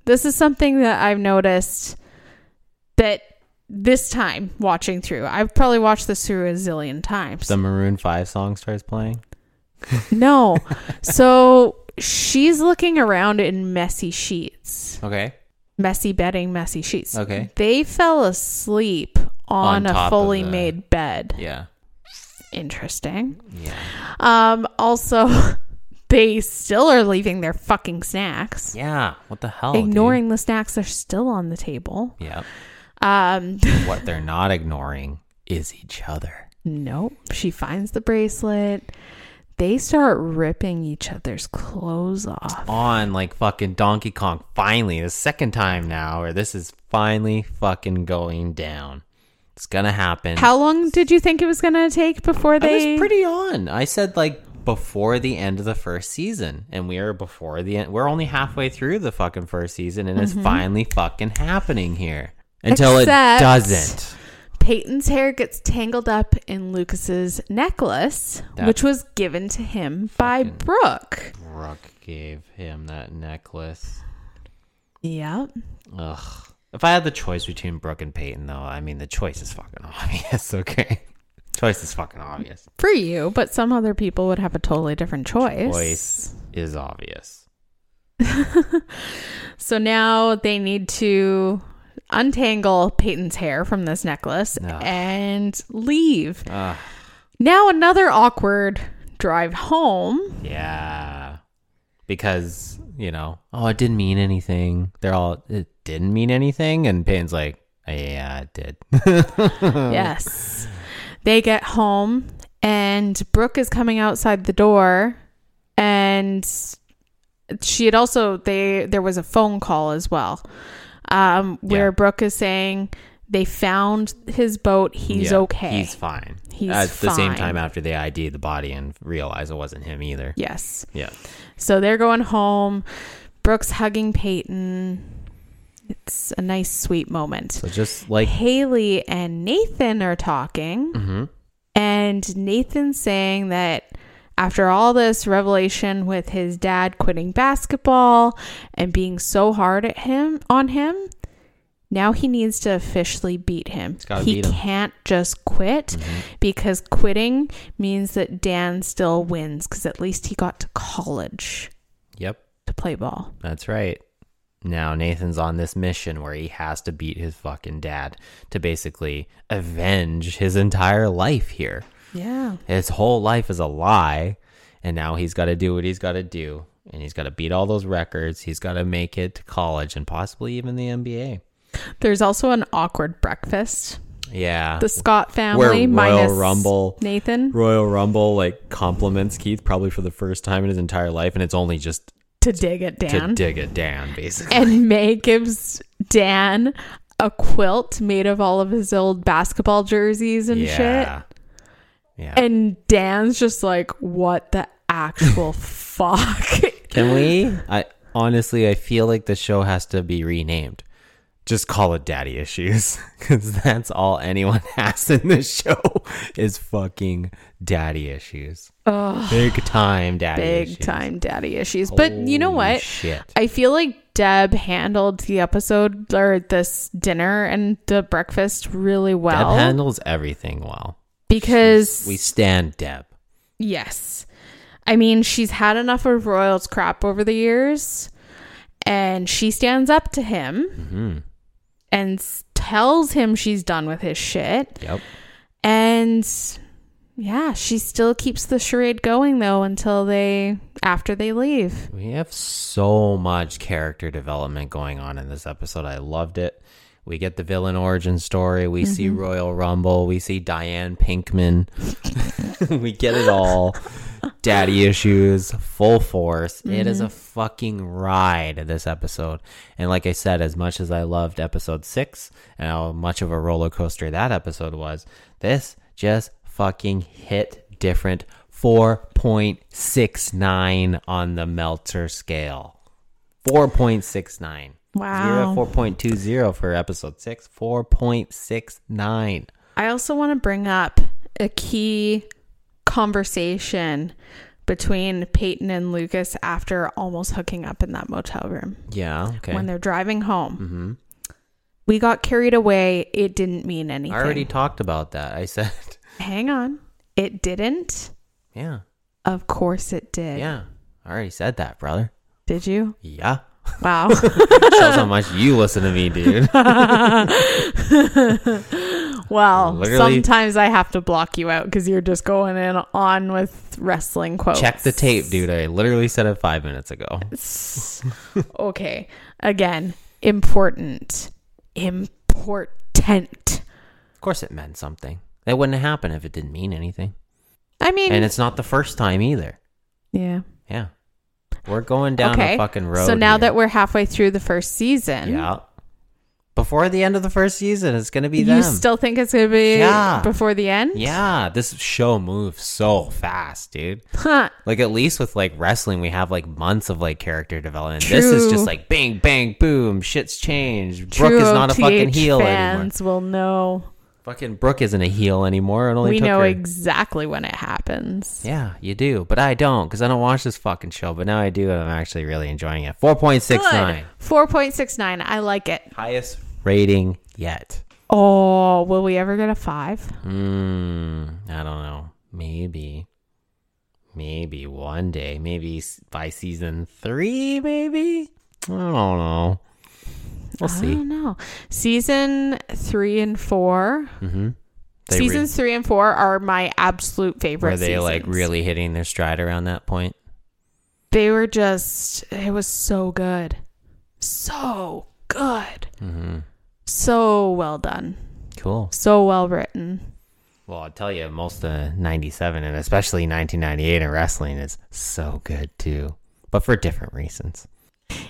D: this is something that i've noticed that this time watching through i've probably watched this through a zillion times
E: The Maroon Five song starts playing.
D: *laughs* no so she's looking around in messy sheets
E: Okay.
D: messy bedding messy sheets
E: Okay.
D: they fell asleep on,
E: On top
D: a
E: of
D: fully
E: the-
D: made bed
E: Yeah.
D: interesting
E: Yeah.
D: um also *laughs* they still are leaving their fucking snacks
E: Yeah. What the hell?
D: ignoring the snacks they are still on the table
E: Dude? Yeah.
D: um
E: What they're not ignoring is each other.
D: Nope. She finds the bracelet. They start ripping each other's clothes off.
E: On like fucking Donkey Kong. Finally, the second time now, or this is finally fucking going down. It's gonna happen.
D: How long did you think it was going to take before
E: I
D: they
E: was pretty on. I said like before the end of the first season, and we are before the end. We're only halfway through the fucking first season, and it's finally fucking happening here. Until
D: Mm-hmm. Except-
E: it doesn't.
D: Peyton's hair gets tangled up in Lucas's necklace,
E: That-
D: which was given to him by Brooke.
E: Brooke gave him that necklace.
D: Yep.
E: Ugh. If I had the choice between Brooke and Peyton, though, I mean the choice is fucking *laughs* obvious. Okay, choice is fucking obvious.
D: For you, but some other people would have a totally different choice.
E: Choice is obvious.
D: So now they need to
E: Ah.
D: untangle Peyton's hair from this necklace
E: Ugh.
D: and leave.
E: Ugh.
D: Now another awkward drive home.
E: Yeah. Because, you know, oh, it didn't mean anything. They're all, it didn't mean anything. And Peyton's like, yeah, it did. *laughs*
D: Yes. They get home and Brooke is coming outside the door and she had also they there was a phone call as well. Um where
E: Yeah.
D: Brooke is saying they found his boat, he's
E: Yeah,
D: okay.
E: He's fine.
D: He's
E: At the same
D: fine.
E: time, after they ID'd the body and realized it wasn't him either.
D: yes.
E: Yeah.
D: So they're going home. Brooke's hugging Peyton. It's a nice, sweet moment.
E: So just like, Mm-hmm.
D: Haley and Nathan are talking, and Nathan's saying that after all this revelation with his dad quitting basketball and being so hard at him on him, now he needs to officially beat him.
E: gotta
D: He
E: beat him. Mm-hmm.
D: can't just quit because quitting means that Dan still wins because at least he got to college
E: yep,
D: to play ball.
E: that's right. Now Nathan's on this mission where he has to beat his fucking dad to basically avenge his entire life here.
D: Yeah.
E: His whole life is a lie, and now he's got to do what he's got to do, and he's got to beat all those records. He's got to make it to college and possibly even the NBA.
D: There's also an awkward breakfast.
E: Yeah,
D: The Scott family
E: Uh, Royal
D: minus
E: Rumble-
D: Nathan
E: Royal Rumble like compliments Keith probably for the first time in his entire life, and it's only just
D: to dig at Dan.
E: to dig it down, basically.
D: and May gives Dan a quilt made of all of his old basketball jerseys and shit.
E: Yeah.
D: And Dan's just like, what the
E: *laughs*
D: actual fuck?
E: Can we? I honestly, I feel like the show has to be renamed. Just call it Daddy Issues, *laughs* because that's all anyone *laughs* has in this show is fucking Daddy Issues. big time Daddy
D: Big
E: Issues.
D: time daddy issues. But you know
E: Holy
D: what?
E: shit.
D: I feel like Deb handled the episode or this dinner and the breakfast really
E: Deb
D: well
E: handles everything well.
D: because
E: We stand Deb.
D: Yes. I mean, she's had enough of Royal's crap over the years, and she stands up to him and s- tells him she's done with his shit.
E: Yep.
D: And yeah, she still keeps the charade going, though, until they, after they leave.
E: We have so much character development going on in this episode. I loved it. We get the villain origin story. We see
D: Mm-hmm.
E: Royal Rumble. We see Diane Pinkman. *laughs* we get it all. Daddy issues, full force. It is
D: Mm-hmm.
E: a fucking ride, this episode. And like I said, as much as I loved episode six and how much of a roller coaster that episode was, this just fucking hit different 4.69 on the Meltzer scale. 4.69.
D: Wow.
E: You're at 4.20 for episode six. 4.69.
D: I also want to bring up a key conversation between Peyton and Lucas after almost hooking up in that motel room.
E: Yeah. Okay. Mm-hmm.
D: when they're driving home. We got carried away. It didn't mean anything.
E: I already talked about that. I *laughs* said,
D: Hang on. It didn't.
E: yeah,
D: Of course it did.
E: yeah. I already said that, brother.
D: Did
E: *laughs*
D: you? *laughs*
E: Yeah.
D: Wow.
E: Shows how much you listen to me, dude.
D: *laughs* well,
E: Literally-
D: sometimes I have to block you out because you're just going in on with wrestling quotes.
E: Check the tape, dude. I literally said it five minutes ago.
D: *laughs* Okay. Again, important. Important.
E: Of course, it meant something. That wouldn't happen if it didn't mean anything.
D: I mean,
E: And it's not the first time either.
D: yeah.
E: Yeah. We're going down
D: okay.
E: a fucking road.
D: so now
E: here.
D: that we're halfway through the first season,
E: yeah, before the end of the first season, it's gonna be
D: you
E: them.
D: still think it's going to be
E: Yeah.
D: before the end?
E: yeah, this show moves so fast, dude.
D: *laughs* Huh.
E: Like at least with like wrestling, we have like months of like character development. This is
D: True.
E: just like bang, bang, boom, shit's changed.
D: True
E: Brooke is not a
D: OTH
E: fucking heel anymore.
D: fans will know.
E: Fucking Brooke isn't a heel anymore. It only
D: we
E: took
D: know
E: her.
D: exactly when it happens.
E: yeah, you do, but I don't because I don't watch this fucking show. But now I do, and I'm actually really enjoying it. Four point six nine,
D: Four point six nine. I like it.
E: highest rating yet.
D: Oh, will we ever get a five?
E: Mm, I don't know. Maybe, maybe one day. Maybe s- by season three. Maybe I don't know. We'll
D: I
E: see.
D: don't know. Season three and 4
E: They re-
D: Seasons three and four are my absolute favorite.
E: were they like
D: seasons.
E: really hitting their stride around that point?
D: They were just. It was so good, so good,
E: Mm-hmm.
D: so well done,
E: Cool.
D: so well written.
E: Well, I'll tell you, most of '97 and especially 1998 in wrestling is so good too, but for different reasons.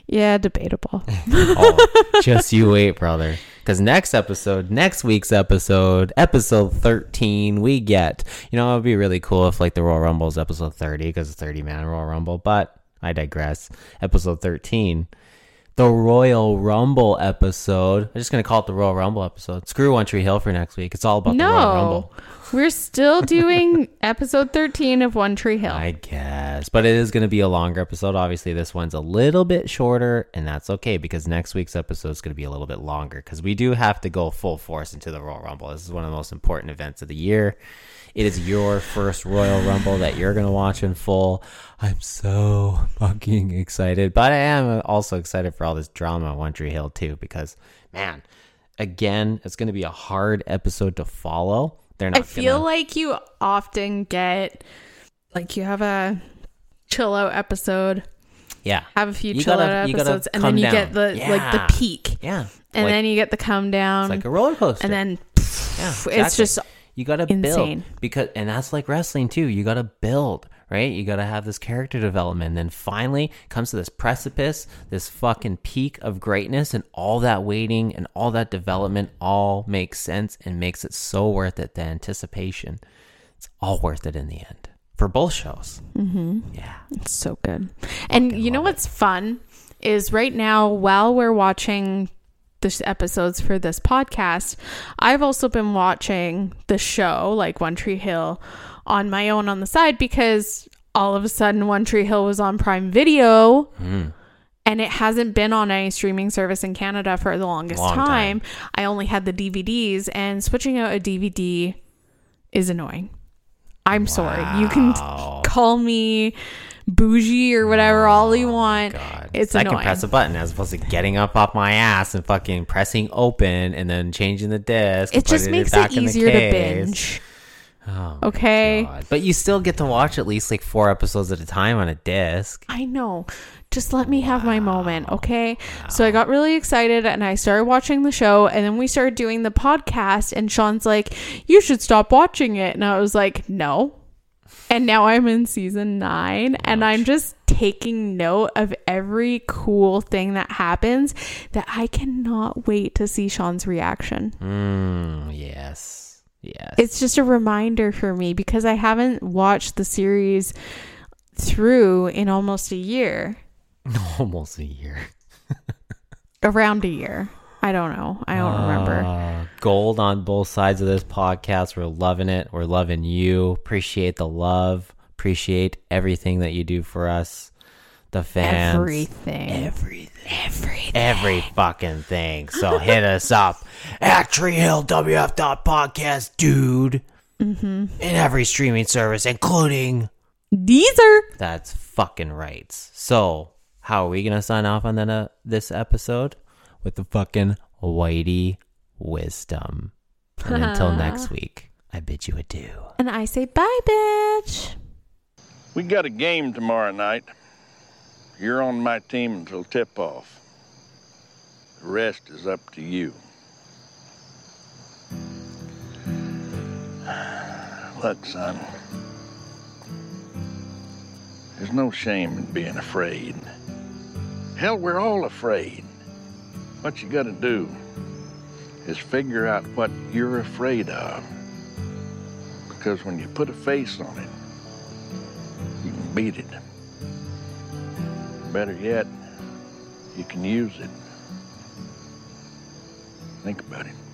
D: Yeah,
E: *laughs*
D: debatable.
E: Oh, just you wait, brother. Because next episode, next week's episode, episode 13, we get. You know, it would be really cool if, like, the Royal Rumble is episode 30 because it's 30 man Royal Rumble, but I digress. Episode 13, the Royal Rumble episode. I'm just going to call it the Royal Rumble episode. Screw One Tree Hill for next week. It's all about the Royal
D: no,
E: Rumble. *laughs*
D: we're still doing episode thirteen of One Tree Hill.
E: I guess. But it is going to be a longer episode. Obviously, this one's a little bit shorter, and that's okay because next week's episode is going to be a little bit longer because we do have to go full force into the Royal Rumble. This is one of the most important events of the year. It is your first Royal Rumble that you're going to watch in full. I'm so fucking excited, but I am also excited for all this drama on One Tree Hill, too, because, man, again, it's going to be a hard episode to follow. They're not
D: I feel
E: gonna-
D: like you often get like you have a chill out episode,
E: yeah.
D: have a few
E: You
D: chill
E: gotta-
D: out
E: you gotta
D: episodes, and
E: come
D: then you
E: down.
D: get the like
E: Yeah.
D: the peak,
E: Yeah.
D: and
E: Like-
D: then you get the come down,
E: It's like a roller coaster.
D: and then
E: Yeah,
D: it's just
E: you got to
D: insane.
E: build because, and that's like wrestling too. You got to build, right? You got to have this character development. And then finally comes to this precipice, this fucking peak of greatness, and all that waiting and all that development all makes sense and makes it so worth it. The anticipation, it's all worth it in the end for both shows.
D: it's so good. And you know what's fun is right now while we're watching the sh- episodes for this podcast, I've also been watching the show like One Tree Hill on my own on the side because all of a sudden One Tree Hill was on Prime Video. And it hasn't been on any streaming service in Canada for the longest
E: Long time.
D: time. I only had the DVDs, and switching out a DVD is annoying. I'm sorry. You can call me bougie or whatever all you want.
E: Oh, God.
D: It's
E: I
D: annoying.
E: can press a button as opposed to getting up off my ass and fucking pressing open and then changing the disc. and
D: it just
E: putting
D: makes
E: back
D: it
E: in the
D: easier to
E: case. Oh,
D: binge. okay.
E: God. But you still get to watch at least like four episodes at a time on a disc.
D: I know. Just let me have my moment, okay? So I got really excited and I started watching the show and then we started doing the podcast and Sean's like, "You should stop watching it." And I was like, "No." And now I'm in season 9 and I'm just taking note of every cool thing that happens that I cannot wait to see Sean's reaction.
E: Mm, yes. Yes. *laughs*
D: It's just a reminder for me because I haven't watched the series through in almost a year.
E: almost a year.
D: around a year. I don't know. I don't remember.
E: Uh, gold on both sides of this podcast. We're loving it. We're loving you. Appreciate the love. Appreciate everything that you do for us, the fans.
D: Everything. Everything. Everything.
E: Every fucking thing. So hit us up at
A: treehillwf.podcast, dude.
E: in every streaming service, including
D: Deezer.
E: That's fucking right. So, how are we gonna sign off on that, uh, this episode with the fucking whitey wisdom? And until next week, I bid you adieu.
D: And I say bye, bitch.
I: We got a game tomorrow night. You're on my team until tip off. The rest is up to you. *sighs* Look, son, there's no shame in being afraid. Hell, we're all afraid. What you gotta do is figure out what you're afraid of. Because when you put a face on it, you can beat it. Better yet, you can use it. Think about it.